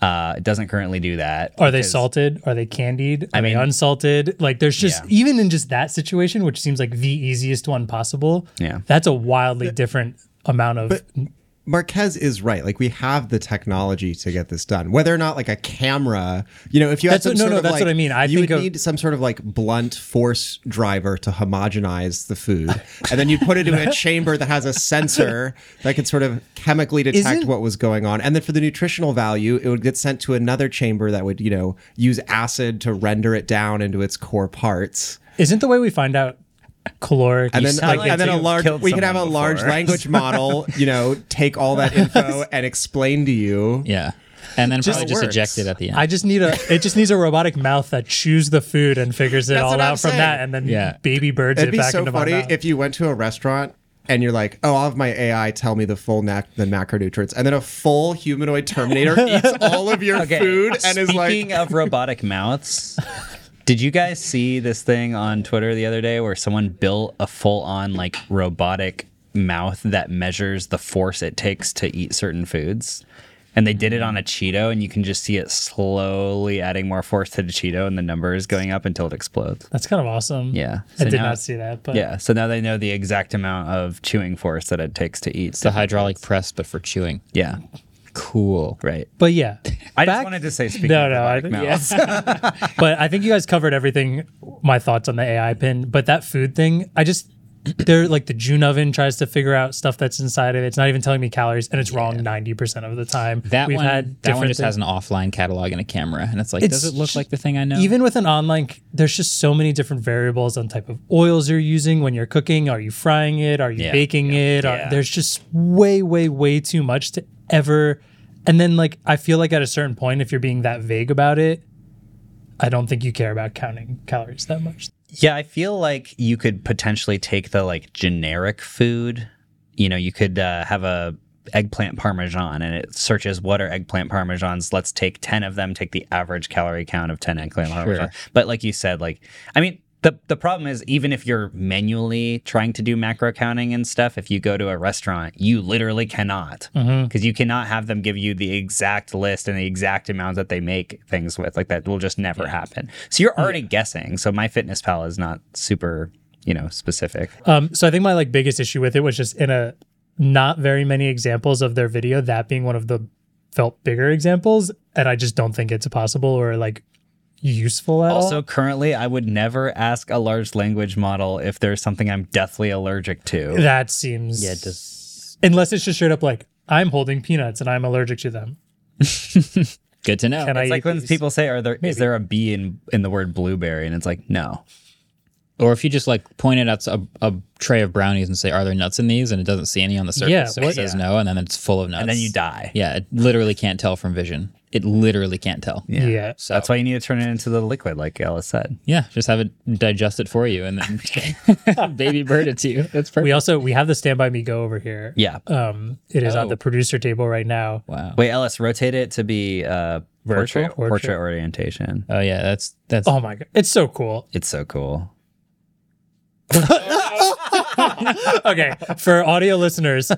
Speaker 4: Uh, it doesn't currently do that.
Speaker 3: are they salted? Are they candied? Are I
Speaker 4: mean-
Speaker 3: they unsalted? Like there's just even in just that situation, which seems like the easiest one possible.
Speaker 4: Yeah.
Speaker 3: that's a wildly different amount of.
Speaker 6: Marquez is right. Like we have the technology to get this done. Whether or not like a camera, you know, if you
Speaker 3: That's
Speaker 6: had
Speaker 3: what-
Speaker 6: some
Speaker 3: no,
Speaker 6: sort
Speaker 3: no,
Speaker 6: of
Speaker 3: that's
Speaker 6: like,
Speaker 3: what I mean. I
Speaker 6: you
Speaker 3: think
Speaker 6: would
Speaker 3: of-
Speaker 6: need some sort of like blunt force driver to homogenize the food, and then you'd put it in a chamber that has a sensor that could sort of chemically detect
Speaker 3: Isn't-
Speaker 6: what was going on, and then for the nutritional value, it would get sent to another chamber that would you know use acid to render it down into its core parts.
Speaker 3: isn't the way we find out caloric?
Speaker 6: And then,
Speaker 4: sound
Speaker 6: like,
Speaker 4: like
Speaker 6: and then a
Speaker 4: you've
Speaker 6: large,
Speaker 4: killed
Speaker 6: we could have a
Speaker 4: someone
Speaker 6: large
Speaker 4: before.
Speaker 6: language model, you know, take all that info and explain to you.
Speaker 1: yeah. And then probably just
Speaker 6: works.
Speaker 1: eject it at the end.
Speaker 3: I just need a. It just needs a robotic mouth that chews the food and figures it
Speaker 6: That's
Speaker 3: all
Speaker 6: what
Speaker 3: out
Speaker 6: I'm
Speaker 3: from
Speaker 6: saying.
Speaker 3: that, and then
Speaker 1: Yeah.
Speaker 3: baby birds
Speaker 6: It'd
Speaker 3: it
Speaker 6: be
Speaker 3: back
Speaker 6: so
Speaker 3: into
Speaker 6: funny
Speaker 3: my mouth.
Speaker 6: if you went to a restaurant and you're like, "Oh, I'll have my AI tell me the full nac- the macronutrients," and then a full humanoid Terminator eats all of your food and is
Speaker 4: Speaking
Speaker 6: like,
Speaker 4: of robotic mouths, did you guys see this thing on Twitter the other day where someone built a full-on like robotic mouth that measures the force it takes to eat certain foods? And they did it on a Cheeto, and you can just see it slowly adding more force to the Cheeto, and the number is going up until it explodes.
Speaker 3: That's kind of awesome.
Speaker 4: Yeah.
Speaker 3: I
Speaker 4: So
Speaker 3: did
Speaker 4: now-
Speaker 3: not see that, but
Speaker 4: Yeah, so now they know the exact amount of chewing force that it takes to eat.
Speaker 1: it's a hydraulic press, but for chewing.
Speaker 4: yeah,
Speaker 1: Cool.
Speaker 4: right.
Speaker 3: but yeah.
Speaker 4: I
Speaker 3: Back-
Speaker 4: just wanted to say, speaking
Speaker 3: No,
Speaker 4: of
Speaker 3: no, I-
Speaker 4: robotic mouths,
Speaker 3: but I think you guys covered everything. My thoughts on the AI pin, but that food thing, I just they're like the June oven tries to figure out stuff that's inside of it. It's not even telling me calories, and it's wrong ninety percent of the time.
Speaker 1: That
Speaker 3: We've
Speaker 1: one,
Speaker 3: had
Speaker 1: that one
Speaker 3: different
Speaker 1: just
Speaker 3: things.
Speaker 1: has an offline catalog and a camera, and it's like, does
Speaker 3: It's
Speaker 1: it look
Speaker 3: just-
Speaker 1: like the thing I know?
Speaker 3: Even with an online, c- there's just so many different variables on type of oils you're using when you're cooking. Are you frying it? Are you
Speaker 4: Yeah,
Speaker 3: baking it? Are-
Speaker 4: yeah.
Speaker 3: there's just way, way, way too much to ever. And then, like, I feel like at a certain point, if you're being that vague about it, I don't think you care about counting calories that much.
Speaker 4: Yeah, I feel like you could potentially take the like generic food. You know, you could uh, have a eggplant parmesan and it searches what are eggplant parmesans. Let's take 10 of them, take the average calorie count of 10 eggplant parmesan. But like you said, like I mean, the the problem is even if you're manually trying to do macro counting and stuff, if you go to a restaurant, you literally cannot because you cannot have them give you the exact list and the exact amount that they make things with. Like that will just never happen. So you're already guessing. So my fitness pal is not super, you know, specific.
Speaker 3: Um, so I think my like biggest issue with it was just in a not very many examples of their video, that being one of the felt bigger examples, and I just don't think it's possible or like useful at all.
Speaker 4: Also, currently, I would never ask a large language model if there's something I'm deathly allergic to.
Speaker 3: That seems yeah. unless it's just straight up like I'm holding peanuts and I'm allergic to them.
Speaker 1: Good to know.
Speaker 3: Can I
Speaker 4: Oh, It's like
Speaker 3: eat
Speaker 4: when
Speaker 3: these?
Speaker 4: people say, "Are there is there a B in in the word blueberry?" And it's like, no.
Speaker 1: or if you just like point it at a, a tray of brownies and say, "Are there nuts in these?" and it doesn't see any on the surface,
Speaker 3: Yeah,
Speaker 1: so
Speaker 3: what-
Speaker 1: it says no, and then it's full of nuts,
Speaker 4: And then you die.
Speaker 1: Yeah, it literally can't tell from vision. It literally can't tell.
Speaker 3: Yeah.
Speaker 1: So
Speaker 4: That's why you need to turn it into the liquid, like Alice said.
Speaker 1: Yeah, just have it digest it for you, and then baby bird it to you. That's perfect.
Speaker 3: We also we have the Stand By Me Go over here.
Speaker 4: Yeah.
Speaker 3: Um, it is on
Speaker 1: Oh.
Speaker 3: the producer table right now.
Speaker 1: wow.
Speaker 4: Wait, Alice, rotate it to be uh,
Speaker 3: Virtual?
Speaker 4: portrait,
Speaker 3: Portrait.
Speaker 4: portrait orientation.
Speaker 1: Oh yeah, that's that's.
Speaker 3: Oh my god, it's so cool.
Speaker 4: It's so cool.
Speaker 3: Okay, for audio listeners,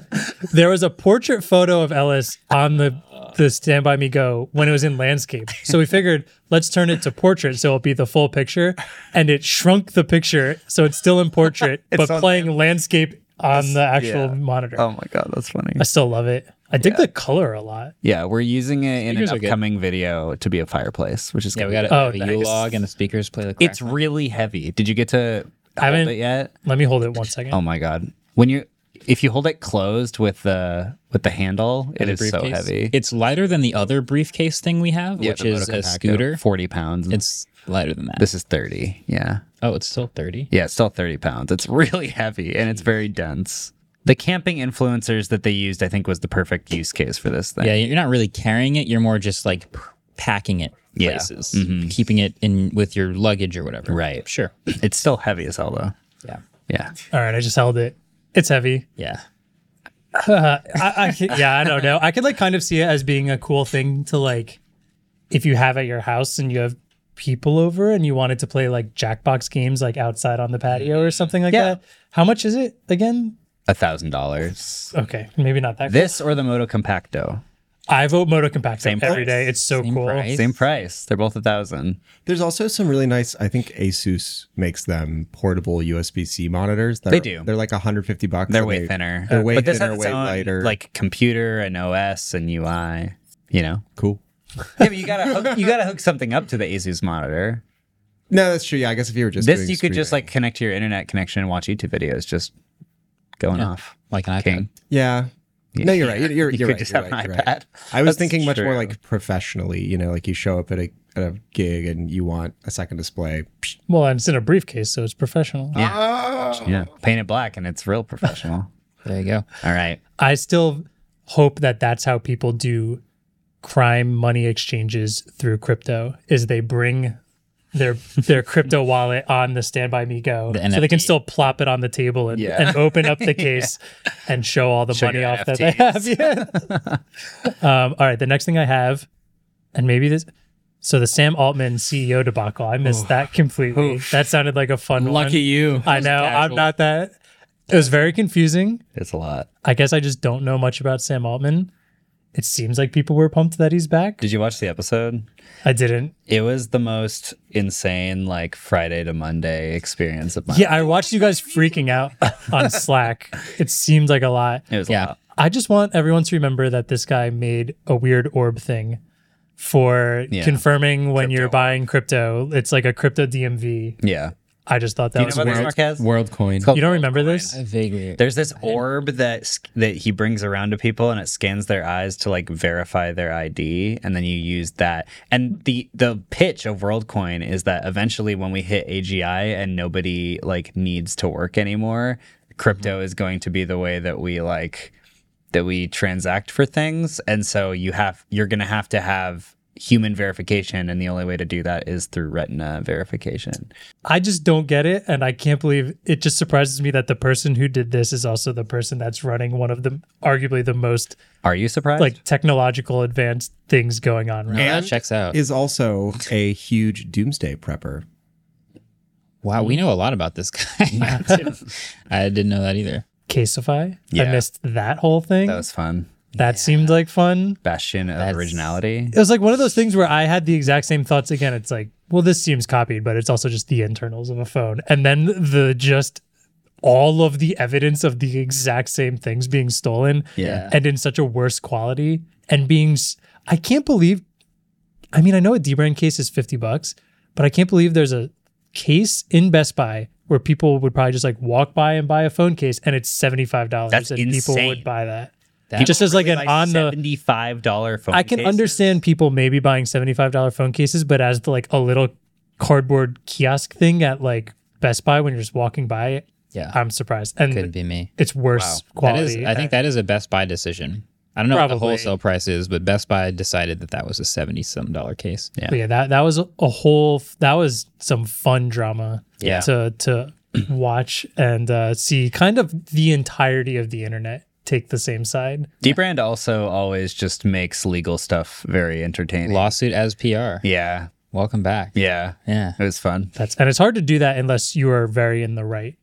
Speaker 3: there was a portrait photo of Ellis on the the Stand By Me Go when it was in landscape. So we figured let's turn it to portrait, so it'll be the full picture, and it shrunk the picture, so it's still in portrait, but
Speaker 4: on-
Speaker 3: playing landscape on the actual
Speaker 4: yeah.
Speaker 3: monitor.
Speaker 4: Oh my god, that's funny.
Speaker 3: I still love it. I dig the color a lot.
Speaker 4: Yeah, we're using it in
Speaker 1: Speakers
Speaker 4: an
Speaker 1: are good.
Speaker 4: upcoming video to be a fireplace, which is
Speaker 1: yeah, we
Speaker 4: gonna
Speaker 1: got
Speaker 4: be-
Speaker 1: a, a
Speaker 3: Oh, nice.
Speaker 1: U log and the speakers play the. Crack.
Speaker 4: It's really heavy. Did you get to
Speaker 3: I
Speaker 4: hold
Speaker 3: haven't-
Speaker 4: it yet?
Speaker 3: Let me hold it one second.
Speaker 4: Oh my god. When you if you hold it closed with the with the handle, it
Speaker 1: The
Speaker 4: is so
Speaker 1: briefcase.
Speaker 4: heavy.
Speaker 1: It's lighter than the other briefcase thing we have,
Speaker 4: Yeah,
Speaker 1: which
Speaker 4: the
Speaker 1: is
Speaker 4: Moto
Speaker 1: a
Speaker 4: Compacto,
Speaker 1: scooter.
Speaker 4: forty pounds. It's
Speaker 1: It's lighter than that.
Speaker 4: this is thirty. Yeah,
Speaker 1: oh, it's still thirty.
Speaker 4: yeah, it's still thirty pounds. It's really heavy and it's very dense. The camping influencers that they used, I think, was the perfect use case for this thing.
Speaker 1: Yeah, you're not really carrying it. You're more just like p- packing it
Speaker 4: Yeah. Mm-hmm.
Speaker 1: places, keeping it in with your luggage or whatever.
Speaker 4: Right.
Speaker 1: Sure.
Speaker 4: It's still heavy as hell though.
Speaker 1: Yeah.
Speaker 4: Yeah.
Speaker 3: All right, I just held it. It's heavy.
Speaker 1: Yeah.
Speaker 3: I, I can- yeah, I don't know. I could like kind of see it as being a cool thing to like if you have at your house and you have people over and you wanted to play like Jackbox games like outside on the patio or something like
Speaker 4: Yeah.
Speaker 3: that. How much is it again?
Speaker 4: A thousand dollars.
Speaker 3: Okay, maybe not that.
Speaker 4: This or the Moto Compacto.
Speaker 3: I vote Moto Compacto
Speaker 4: Same
Speaker 3: every
Speaker 4: price.
Speaker 3: day. It's so
Speaker 1: Same
Speaker 3: cool.
Speaker 1: price.
Speaker 4: Same price. They're both a thousand.
Speaker 6: There's also some really nice. I think Asus makes them portable USB C monitors. That
Speaker 4: They
Speaker 6: are-
Speaker 4: do.
Speaker 6: They're like 150 bucks.
Speaker 4: They're
Speaker 6: and
Speaker 4: way
Speaker 6: they-
Speaker 4: thinner.
Speaker 6: They're way
Speaker 4: but this
Speaker 6: thinner,
Speaker 4: has its
Speaker 6: way
Speaker 4: own,
Speaker 6: lighter.
Speaker 4: Like computer and OS and UI. You know.
Speaker 6: cool.
Speaker 4: Yeah, but you gotta hook, you gotta hook something up to the Asus monitor.
Speaker 6: No, that's true. Yeah, I guess if you were just
Speaker 4: this
Speaker 6: doing
Speaker 4: you could just
Speaker 6: streaming.
Speaker 4: like connect to your internet connection and watch YouTube videos. Just going off.
Speaker 1: Like an iPad.
Speaker 4: King.
Speaker 6: yeah. No, you're right. You're, you're,
Speaker 4: You
Speaker 6: you're
Speaker 4: could
Speaker 6: right.
Speaker 4: just
Speaker 6: you're
Speaker 4: have
Speaker 6: right,
Speaker 4: an
Speaker 6: you're right.
Speaker 4: iPad.
Speaker 6: I was
Speaker 4: That's
Speaker 6: thinking much more
Speaker 4: true.
Speaker 6: like professionally. You know, like you show up at a at a gig and you want a second display. Psh,
Speaker 3: Well, and it's in a briefcase, so it's professional.
Speaker 4: Yeah. Paint it black and it's real professional.
Speaker 1: There you go.
Speaker 4: All right.
Speaker 3: I still hope that that's how people do crime money exchanges through crypto is they bring their their crypto wallet on the Stand By Me Go
Speaker 1: The
Speaker 3: so they can
Speaker 1: NFT.
Speaker 3: still plop it on the table and,
Speaker 4: Yeah.
Speaker 3: and open up the case and show all the
Speaker 4: Show
Speaker 3: money
Speaker 4: your
Speaker 3: off that they have. Yeah. um, all right, the next thing I have, and maybe this. So the Sam Altman CEO debacle, I missed that completely. That sounded like a fun one.
Speaker 5: Lucky you.
Speaker 3: I know. I'm
Speaker 1: casual.
Speaker 3: not that. It was very confusing.
Speaker 4: It's a lot.
Speaker 3: I guess I just don't know much about Sam Altman. It seems like people were pumped that he's back.
Speaker 4: Did you watch the episode?
Speaker 3: I didn't.
Speaker 4: It was the most insane like Friday to Monday experience of mine.
Speaker 3: Yeah, I watched you guys freaking out on Slack. It seemed like a lot.
Speaker 4: It was a
Speaker 1: Yeah.
Speaker 4: lot.
Speaker 3: I just want everyone to remember that this guy made a weird orb thing for
Speaker 4: Yeah.
Speaker 3: confirming when you're
Speaker 4: Crypto.
Speaker 3: buying crypto. It's like a crypto DMV.
Speaker 4: Yeah.
Speaker 3: I just thought that
Speaker 4: you
Speaker 3: was
Speaker 4: know about
Speaker 3: weird.
Speaker 4: this, Marquez?
Speaker 5: World coin.
Speaker 4: It's called
Speaker 3: You don't remember
Speaker 4: Worldcoin.
Speaker 3: this?
Speaker 1: vaguely.
Speaker 4: There's this orb that sc- that he brings around to people, and it scans their eyes to like verify their ID, and then you use that. And the the pitch of WorldCoin is that eventually, when we hit AGI and nobody like needs to work anymore, crypto is going to be the way that we like that we transact for things, and so you have you're gonna have to have human verification, and the only way to do that is through Retina verification.
Speaker 3: I just don't get it, and I can't believe it. Just surprises me that the person who did this is also the person that's running one of the arguably the most
Speaker 4: Are you surprised?
Speaker 3: like technological advanced things going on right
Speaker 1: that checks out.
Speaker 6: is also a huge doomsday prepper.
Speaker 1: wow, we know a lot about this guy. I didn't know that either.
Speaker 3: Caseify. I
Speaker 4: Yeah.
Speaker 3: missed that whole thing.
Speaker 4: that
Speaker 3: That,
Speaker 4: was fun.
Speaker 3: seemed like fun.
Speaker 4: Bastion of originality.
Speaker 3: It was like one of those things where I had the exact same thoughts again. It's like, well, this seems copied, but it's also just the internals of a phone. And then the just all of the evidence of the exact same things being stolen
Speaker 4: Yeah.
Speaker 3: and in such a worse quality and being s- I can't believe I mean, I know a D-brand case is 50 bucks, but I can't believe there's a case in Best Buy where people would probably just like walk by and buy a phone case and it's $75
Speaker 4: That's
Speaker 3: and people
Speaker 4: insane.
Speaker 3: would buy that.
Speaker 1: That-
Speaker 3: just as like an on the
Speaker 4: seventy-five dollar phone.
Speaker 3: I can
Speaker 4: case?
Speaker 3: understand people maybe buying $75 phone cases, but as the, like a little cardboard kiosk thing at like Best Buy when you're just walking by it,
Speaker 1: Yeah.
Speaker 3: I'm surprised. And
Speaker 1: Couldn't be me.
Speaker 3: it's worse
Speaker 1: That
Speaker 3: quality.
Speaker 1: is, I think that is a Best Buy decision. I don't know what the
Speaker 3: Probably.
Speaker 1: wholesale price is, but Best Buy decided that that was a seventy some dollar case.
Speaker 3: But yeah, that that was a whole that was some fun drama
Speaker 1: Yeah.
Speaker 3: to to watch and uh, see kind of the entirety of the internet take the same side.
Speaker 4: Dbrand also always just makes legal stuff very entertaining.
Speaker 1: Lawsuit as PR.
Speaker 4: Yeah,
Speaker 1: Welcome back.
Speaker 4: yeah,
Speaker 1: Yeah.
Speaker 4: It was fun.
Speaker 3: That's and it's hard to do that unless you are very in the right.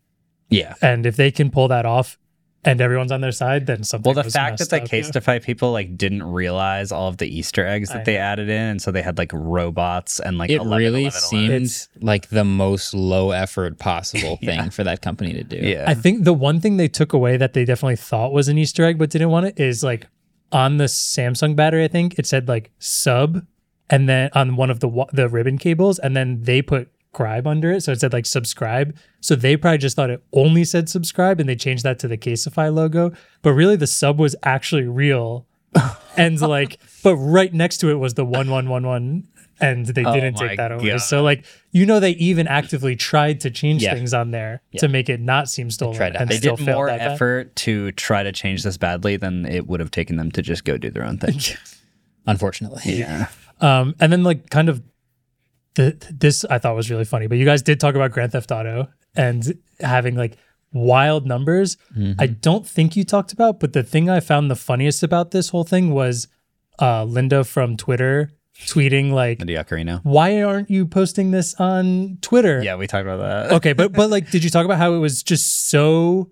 Speaker 4: Yeah.
Speaker 3: And if they can pull that off and everyone's on their side, then something
Speaker 4: Well, the
Speaker 3: was
Speaker 4: fact that
Speaker 3: messed
Speaker 4: the
Speaker 3: up.
Speaker 4: Casetify people like didn't realize all of the Easter eggs that
Speaker 3: I
Speaker 4: they added in, and so they had like robots and like
Speaker 1: It
Speaker 4: 11,
Speaker 1: really
Speaker 4: 11, 11.
Speaker 1: seemed
Speaker 3: It's-
Speaker 1: like the most low effort possible thing for that company to do.
Speaker 4: Yeah,
Speaker 3: I think the one thing they took away that they definitely thought was an Easter egg but didn't want it is like on the Samsung battery. I think it said like sub, and then on one of the wa- the ribbon cables, and then they put scribe under it, so it said like subscribe. So they probably just thought it only said subscribe, and they changed that to the Caseify logo. But really, the sub was actually real, and like, but right next to it was the one one one one. And
Speaker 1: Oh
Speaker 3: they didn't
Speaker 4: my
Speaker 3: take that away.
Speaker 4: God.
Speaker 3: So, like, you know, they even actively tried to change
Speaker 1: Yeah.
Speaker 3: things on there to make it not seem stolen.
Speaker 1: tried to
Speaker 3: and
Speaker 1: hide
Speaker 4: they
Speaker 3: still
Speaker 4: did
Speaker 3: failed
Speaker 4: more
Speaker 3: that bad.
Speaker 4: effort to try to change this badly than it would have taken them to just go do their own thing.
Speaker 1: Unfortunately.
Speaker 4: yeah,
Speaker 3: Um, and then like kind of the, this I thought was really funny, but you guys did talk about Grand Theft Auto and having like wild numbers.
Speaker 1: Mm-hmm.
Speaker 3: I don't think you talked about, but the thing I found the funniest about this whole thing was uh, Linda from Twitter tweeting like,
Speaker 4: the Ocarina.
Speaker 3: "Why aren't you posting this on Twitter?"
Speaker 4: Yeah, we talked about that.
Speaker 3: okay, but but like, did you talk about how it was just so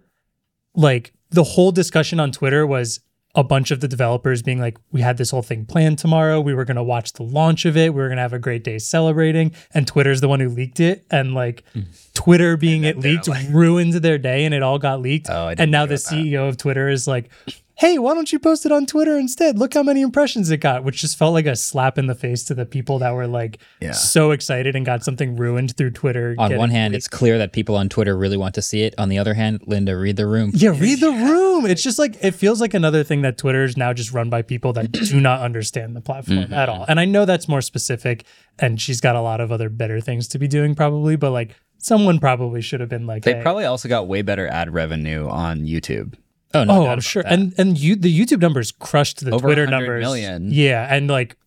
Speaker 3: like the whole discussion on Twitter was a bunch of the developers being like, we had this whole thing planned tomorrow. We were gonna watch the launch of it. We were gonna have a great day celebrating. And Twitter's the one who leaked it, and like
Speaker 4: Hmm.
Speaker 3: Twitter being it leaked ruined their day, and it all got leaked.
Speaker 4: Oh, I didn't
Speaker 3: and now the
Speaker 4: hear about
Speaker 3: CEO of Twitter is like. Hey, why don't you post it on Twitter instead? Look how many impressions it got, which just felt like a slap in the face to the people that were like
Speaker 4: Yeah.
Speaker 3: so excited and got something ruined through Twitter.
Speaker 1: On
Speaker 3: getting
Speaker 1: one hand,
Speaker 3: leaked.
Speaker 1: it's clear that people on Twitter really want to see it. On the other hand, Linda, read the room.
Speaker 3: Yeah, read the room. It's just like it feels like another thing that Twitter is now just run by people that do not understand the platform at all. And I know that's more specific, and she's got a lot of other better things to be doing probably, but like someone probably should have been like,
Speaker 4: They
Speaker 3: hey,
Speaker 4: probably also got way better ad revenue on YouTube.
Speaker 1: Oh no.
Speaker 3: oh,
Speaker 1: doubt
Speaker 3: I'm
Speaker 1: about
Speaker 3: sure.
Speaker 1: that.
Speaker 3: And and you the YouTube numbers crushed the
Speaker 4: Over
Speaker 3: Twitter
Speaker 4: 100
Speaker 3: numbers.
Speaker 4: million.
Speaker 3: Yeah, and like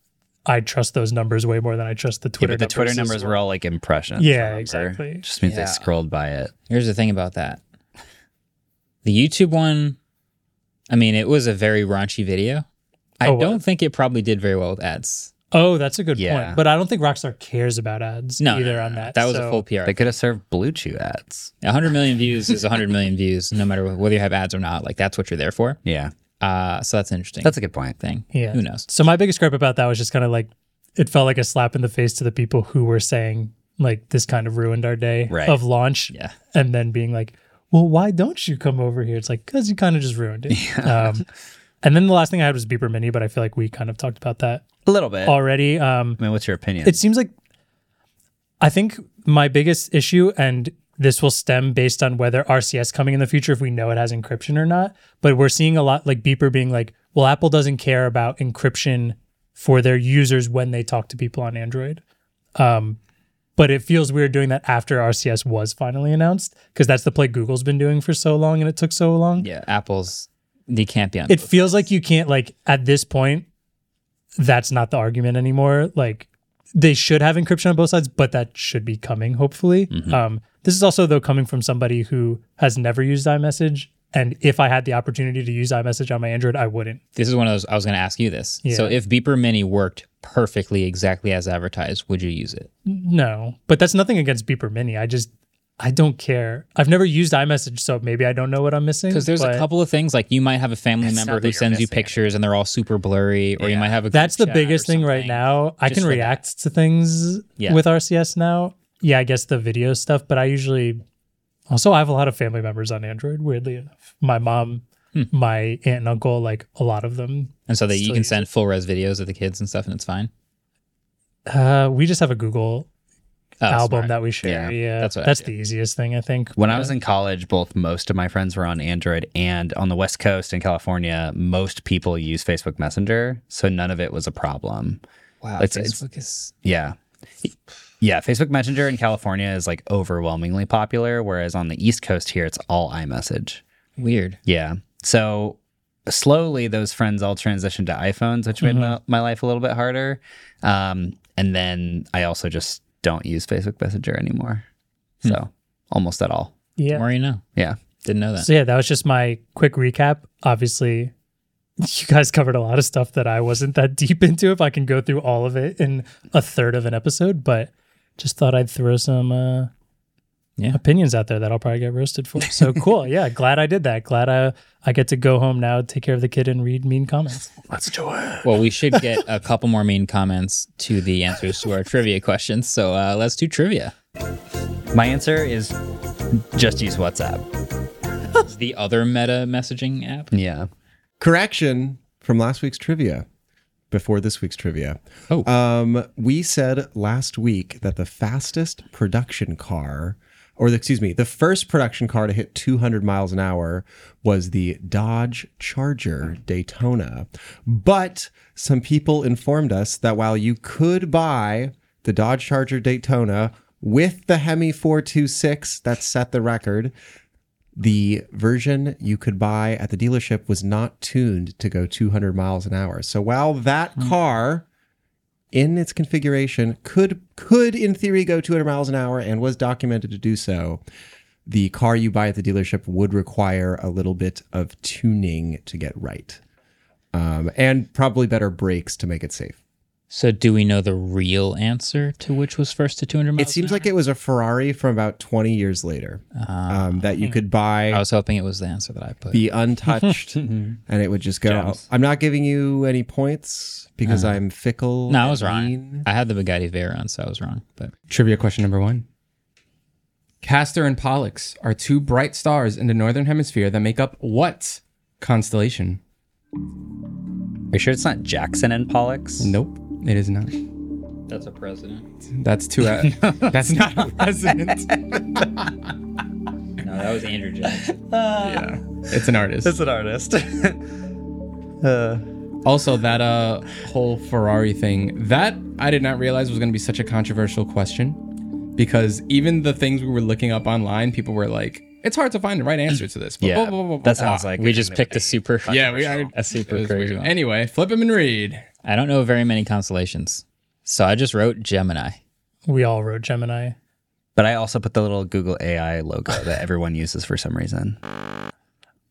Speaker 3: I trust those numbers way more than I trust the Twitter.
Speaker 4: but the Twitter
Speaker 3: as
Speaker 4: numbers
Speaker 3: well.
Speaker 4: were all like impressions.
Speaker 3: Yeah,
Speaker 4: remember?
Speaker 3: exactly.
Speaker 4: Just means
Speaker 1: Yeah.
Speaker 4: they scrolled by it.
Speaker 1: Here's the thing about that. The YouTube one, I mean, it was a very raunchy video. I
Speaker 3: Oh, what?
Speaker 1: don't think it probably did very well with ads.
Speaker 3: Oh, that's a good
Speaker 4: Yeah.
Speaker 3: point. But I don't think Rockstar cares about ads
Speaker 1: No,
Speaker 3: either
Speaker 1: no, no,
Speaker 3: on
Speaker 1: no.
Speaker 3: that.
Speaker 1: That was
Speaker 3: so-
Speaker 1: a full PR.
Speaker 4: They could have served Blue Chew ads.
Speaker 1: 100 million views is 100 million views, no matter whether you have ads or not. Like that's what you're there for.
Speaker 4: Yeah,
Speaker 1: Uh, so that's an interesting.
Speaker 4: that's a good point.
Speaker 1: thing.
Speaker 3: Yeah.
Speaker 1: Who knows?
Speaker 3: So my biggest gripe about that was just kind of like it felt like a slap in the face to the people who were saying like this kind of ruined our day
Speaker 4: Right.
Speaker 3: of launch.
Speaker 1: Yeah.
Speaker 3: And then being like, well, why don't you come over here? It's like because you kind of just ruined it. Um, and then the last thing I had was Beeper Mini, but I feel like we kind of talked about that
Speaker 4: A little bit.
Speaker 3: already. Um,
Speaker 4: I mean, what's your opinion?
Speaker 3: it seems like I think my biggest issue, and this will stem based on whether RCS coming in the future, if we know it has encryption or not. But we're seeing a lot like Beeper being like, well, Apple doesn't care about encryption for their users when they talk to people on Android. Um, but it feels weird doing that after RCS was finally announced because that's the play Google's been doing for so long and it took so long.
Speaker 1: Yeah. Apple's they can't be on.
Speaker 3: It feels like you can't like at this point, that's not the argument anymore. Like they should have encryption on both sides, but that should be coming hopefully.
Speaker 1: Mm-hmm.
Speaker 3: Um, this is also though coming from somebody who has never used iMessage, and if I had the opportunity to use iMessage on my Android, I wouldn't.
Speaker 1: this is one of those. I was going to ask you this. So
Speaker 3: Yeah.
Speaker 1: if Beeper Mini worked perfectly exactly as advertised, would you use it?
Speaker 3: No, but that's nothing against Beeper Mini. I just I don't care. I've never used iMessage, so maybe I don't know what I'm missing.
Speaker 1: Because there's
Speaker 3: but
Speaker 1: a couple of things like you might have a family
Speaker 4: It's
Speaker 1: member
Speaker 4: not that
Speaker 1: who
Speaker 4: you're
Speaker 1: sends you
Speaker 4: missing anything.
Speaker 1: pictures and they're all super blurry, or you might have a.
Speaker 3: That's the
Speaker 1: group chat or
Speaker 3: biggest thing right
Speaker 1: something.
Speaker 3: now. I
Speaker 1: just
Speaker 3: can
Speaker 1: for that.
Speaker 3: react to things
Speaker 1: Yeah.
Speaker 3: with RCS now. Yeah, I guess the video stuff, but I usually also I have a lot of family members on Android, weirdly enough. My mom,
Speaker 1: Hmm.
Speaker 3: my aunt and uncle, like a lot of them.
Speaker 1: And so that you
Speaker 3: Still
Speaker 1: can
Speaker 3: use
Speaker 1: send full res videos of the kids and stuff, and it's fine.
Speaker 3: Uh, we just have a Google album
Speaker 1: Oh, smart.
Speaker 3: that we share.
Speaker 4: Yeah,
Speaker 3: Yeah,
Speaker 1: that's
Speaker 3: that's,
Speaker 1: what I do.
Speaker 3: the easiest thing I think.
Speaker 4: When I was in college, both most of my friends were on Android, and on the West Coast in California, most people use Facebook Messenger, so none of it was a problem.
Speaker 1: Wow,
Speaker 4: It's- it's-
Speaker 1: Facebook is
Speaker 4: Yeah. Yeah, Facebook Messenger in California is like overwhelmingly popular, whereas on the East Coast here, it's all iMessage.
Speaker 1: weird.
Speaker 4: Yeah. So slowly, those friends all transitioned to iPhones, which made my, my life a little bit harder. Um, and then I also just don't use Facebook Messenger anymore. So almost at all.
Speaker 3: yeah.
Speaker 1: More you know?
Speaker 4: Yeah.
Speaker 1: Didn't know that.
Speaker 3: So yeah, that was just my quick recap. Obviously, you guys covered a lot of stuff that I wasn't that deep into. If I can go through all of it in a third of an episode, but just thought I'd throw some uh,
Speaker 1: Yeah.
Speaker 3: opinions out there that I'll probably get roasted for. So cool. Yeah, glad I did that. Glad I I get to go home now, take care of the kid, and read mean comments.
Speaker 1: Well, we should get a couple more mean comments to the answers to our trivia questions. So uh, let's do trivia.
Speaker 4: My answer is just use WhatsApp.
Speaker 1: It's the other meta messaging app.
Speaker 4: Yeah.
Speaker 6: Correction from last week's trivia. Before this week's trivia.
Speaker 1: Oh.
Speaker 6: Um, we said last week that the fastest production car, or the, excuse me, the first production car to hit 200 miles an hour was the Dodge Charger Daytona. But some people informed us that while you could buy the Dodge Charger Daytona with the Hemi 426 that set the record, the version you could buy at the dealership was not tuned to go 200 miles an hour. So while that car in its configuration could could in theory go 200 miles an hour and was documented to do so, the car you buy at the dealership would require a little bit of tuning to get right. Um, and probably better brakes to make it safe.
Speaker 1: So do we know the real answer to which was first to 200 miles?
Speaker 6: It seems like it was a Ferrari from about 20 years later um, that you could buy.
Speaker 1: I was hoping it was the answer that I put.
Speaker 6: be untouched and it would just go i'm not giving you any points because i'm fickle
Speaker 1: no, I
Speaker 6: and
Speaker 1: was wrong.
Speaker 6: mean."
Speaker 1: I had the Bugatti Veyron, so I was wrong. But
Speaker 5: Trivia question number one. Castor and Pollux are two bright stars in the northern hemisphere that make up what constellation?
Speaker 4: Are you sure it's not Jackson and Pollux?
Speaker 5: Nope, it is not.
Speaker 1: that's a president.
Speaker 5: That's two. Uh, that's not a president.
Speaker 1: No, that was Andrew Jackson.
Speaker 5: yeah, it's an artist.
Speaker 4: an artist.
Speaker 5: Also, that uh whole Ferrari thing that I did not realize was going to be such a controversial question, because even the things we were looking up online, people were like, "It's hard to find the right answer to this."
Speaker 4: yeah.
Speaker 5: Blah, blah, blah, blah,
Speaker 4: that
Speaker 5: blah.
Speaker 4: sounds like
Speaker 1: we just picked a super.
Speaker 5: Yeah, we are
Speaker 1: a super
Speaker 5: It was
Speaker 1: crazy
Speaker 5: weird.
Speaker 1: one.
Speaker 5: Anyway, flip him and read.
Speaker 1: I don't know very many constellations, so I just wrote Gemini.
Speaker 3: We all wrote Gemini.
Speaker 4: But I also put the little Google AI logo that everyone uses for some reason.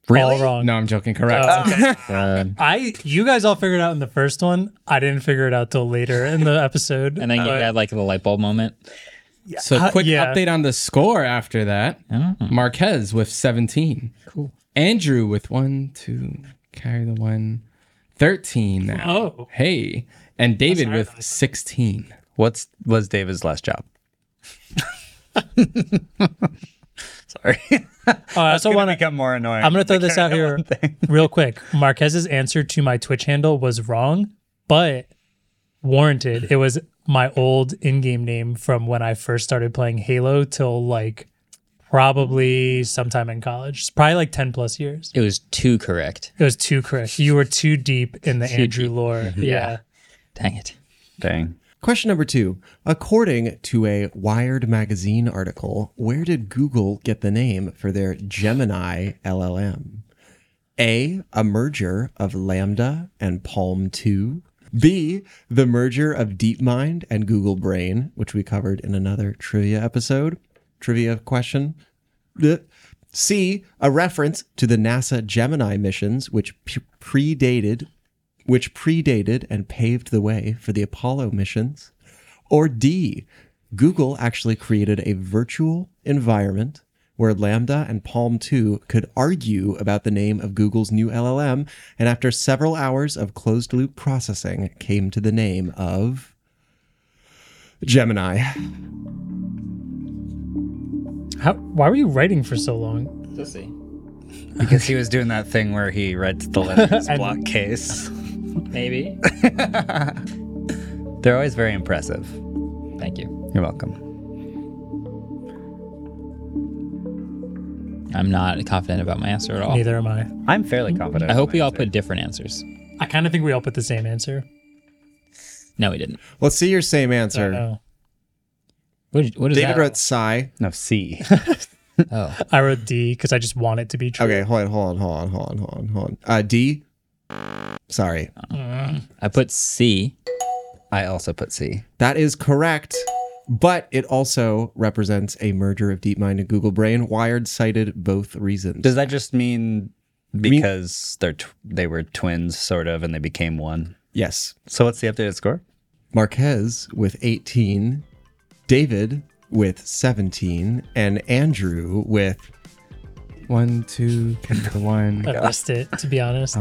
Speaker 3: All wrong.
Speaker 5: No, I'm joking. Correct.
Speaker 3: Oh, okay.
Speaker 5: Ah.
Speaker 1: Um,
Speaker 3: I you guys all figured it out in the first one. I didn't figure it out till later in the episode.
Speaker 1: And then you had like the light bulb moment.
Speaker 5: So
Speaker 3: Uh,
Speaker 5: quick
Speaker 3: yeah. Oh.
Speaker 5: update on the score after that. Marquez with 17. Cool. Andrew with one, two, carry the one. 13 now.
Speaker 3: oh,
Speaker 5: Hey. And David with 16.
Speaker 4: What's was David's last job? Sorry.
Speaker 3: Uh, I also want to
Speaker 4: become more annoying.
Speaker 3: I'm gonna throw this out here real quick. Marquez's answer to my Twitch handle was wrong, but warranted. It was my old in-game name from when I first started playing Halo till like probably sometime in college. It's probably like 10 plus years.
Speaker 1: It was too correct.
Speaker 3: It was too Chris. You were too deep in the Andrew lore. Yeah.
Speaker 1: Dang it.
Speaker 4: Dang.
Speaker 6: question number two according to a wired magazine article where did google get the name for their gemini llm a a merger of lambda and palm 2 b the merger of deepmind and google brain which we covered in another trivia episode trivia question Blech. C, a reference to the NASA Gemini missions, which p- predated, which predated and paved the way for the Apollo missions, or D, Google actually created a virtual environment where Lambda and Palm 2 could argue about the name of Google's new LLM, and after several hours of closed loop processing, came to the name of Gemini.
Speaker 3: How, why were you writing for so long?
Speaker 4: Because he was doing that thing where he reads the letters block case.
Speaker 1: Maybe.
Speaker 4: They're always very impressive.
Speaker 1: Thank you.
Speaker 4: You're welcome.
Speaker 1: I'm not confident about my answer at all.
Speaker 3: Neither am I.
Speaker 4: I'm fairly confident.
Speaker 1: I
Speaker 4: in
Speaker 1: hope
Speaker 4: my
Speaker 1: we all
Speaker 4: answer.
Speaker 1: put different answers.
Speaker 3: I kind of think we all put the same answer.
Speaker 1: No, we didn't.
Speaker 6: Let's see your same
Speaker 3: I don't
Speaker 6: answer.
Speaker 3: know.
Speaker 1: What, what is
Speaker 6: David
Speaker 1: that?
Speaker 6: wrote sigh.
Speaker 4: No, C.
Speaker 1: oh,
Speaker 3: I wrote D because I just want it to be true.
Speaker 6: Okay, hold on, hold on, hold on, hold on, hold on, hold on. Uh, D. Sorry,
Speaker 1: I put C.
Speaker 4: I also put C.
Speaker 6: that is correct. But it also represents a merger of DeepMind and Google Brain. Wired cited both reasons.
Speaker 4: Does that just mean because they're tw- they were twins, sort of, and they became one?
Speaker 6: yes,
Speaker 4: So what's the updated score?
Speaker 6: Marquez with 18, David with 17, and Andrew with
Speaker 5: One, two, count to one.
Speaker 3: I missed it, to be honest.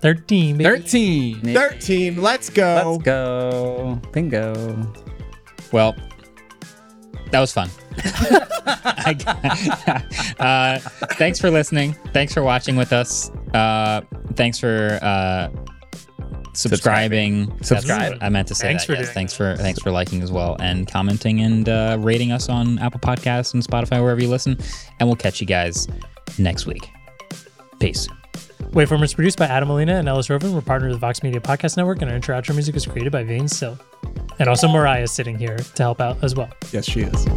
Speaker 3: 13, baby.
Speaker 5: 13.
Speaker 6: 13. Let's
Speaker 1: Oh.
Speaker 6: go.
Speaker 4: Let's go. Bingo.
Speaker 1: Well, that was fun. I got- uh, thanks for listening. Thanks for watching with us. Uh, thanks for uh, subscribing. That's-
Speaker 4: Subscribe.
Speaker 1: I meant to say
Speaker 3: Thanks
Speaker 1: that.
Speaker 3: for
Speaker 1: yes.
Speaker 3: doing
Speaker 1: thanks for thanks for liking as well and commenting and uh, rating us on Apple Podcasts and Spotify wherever you listen. And we'll catch you guys next week. Peace.
Speaker 3: Waveform is produced by Adam Molina and Ellis Rovin. We're partners of the Vox Media Podcast Network, and our intro outro music is created by Vane Sill. And also Mariah is sitting here to help out as well.
Speaker 6: Yes, she is.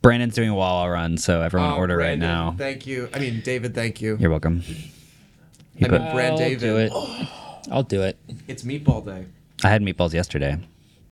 Speaker 4: Brandon's doing a wall run, so everyone
Speaker 1: Oh,
Speaker 4: order right now.
Speaker 6: Thank you. I mean, David, thank you.
Speaker 4: You're welcome.
Speaker 6: I mean,
Speaker 4: put-
Speaker 6: Brand
Speaker 1: I'll
Speaker 6: David.
Speaker 1: do it. I'll do it.
Speaker 6: It's meatball day.
Speaker 4: I had meatballs yesterday.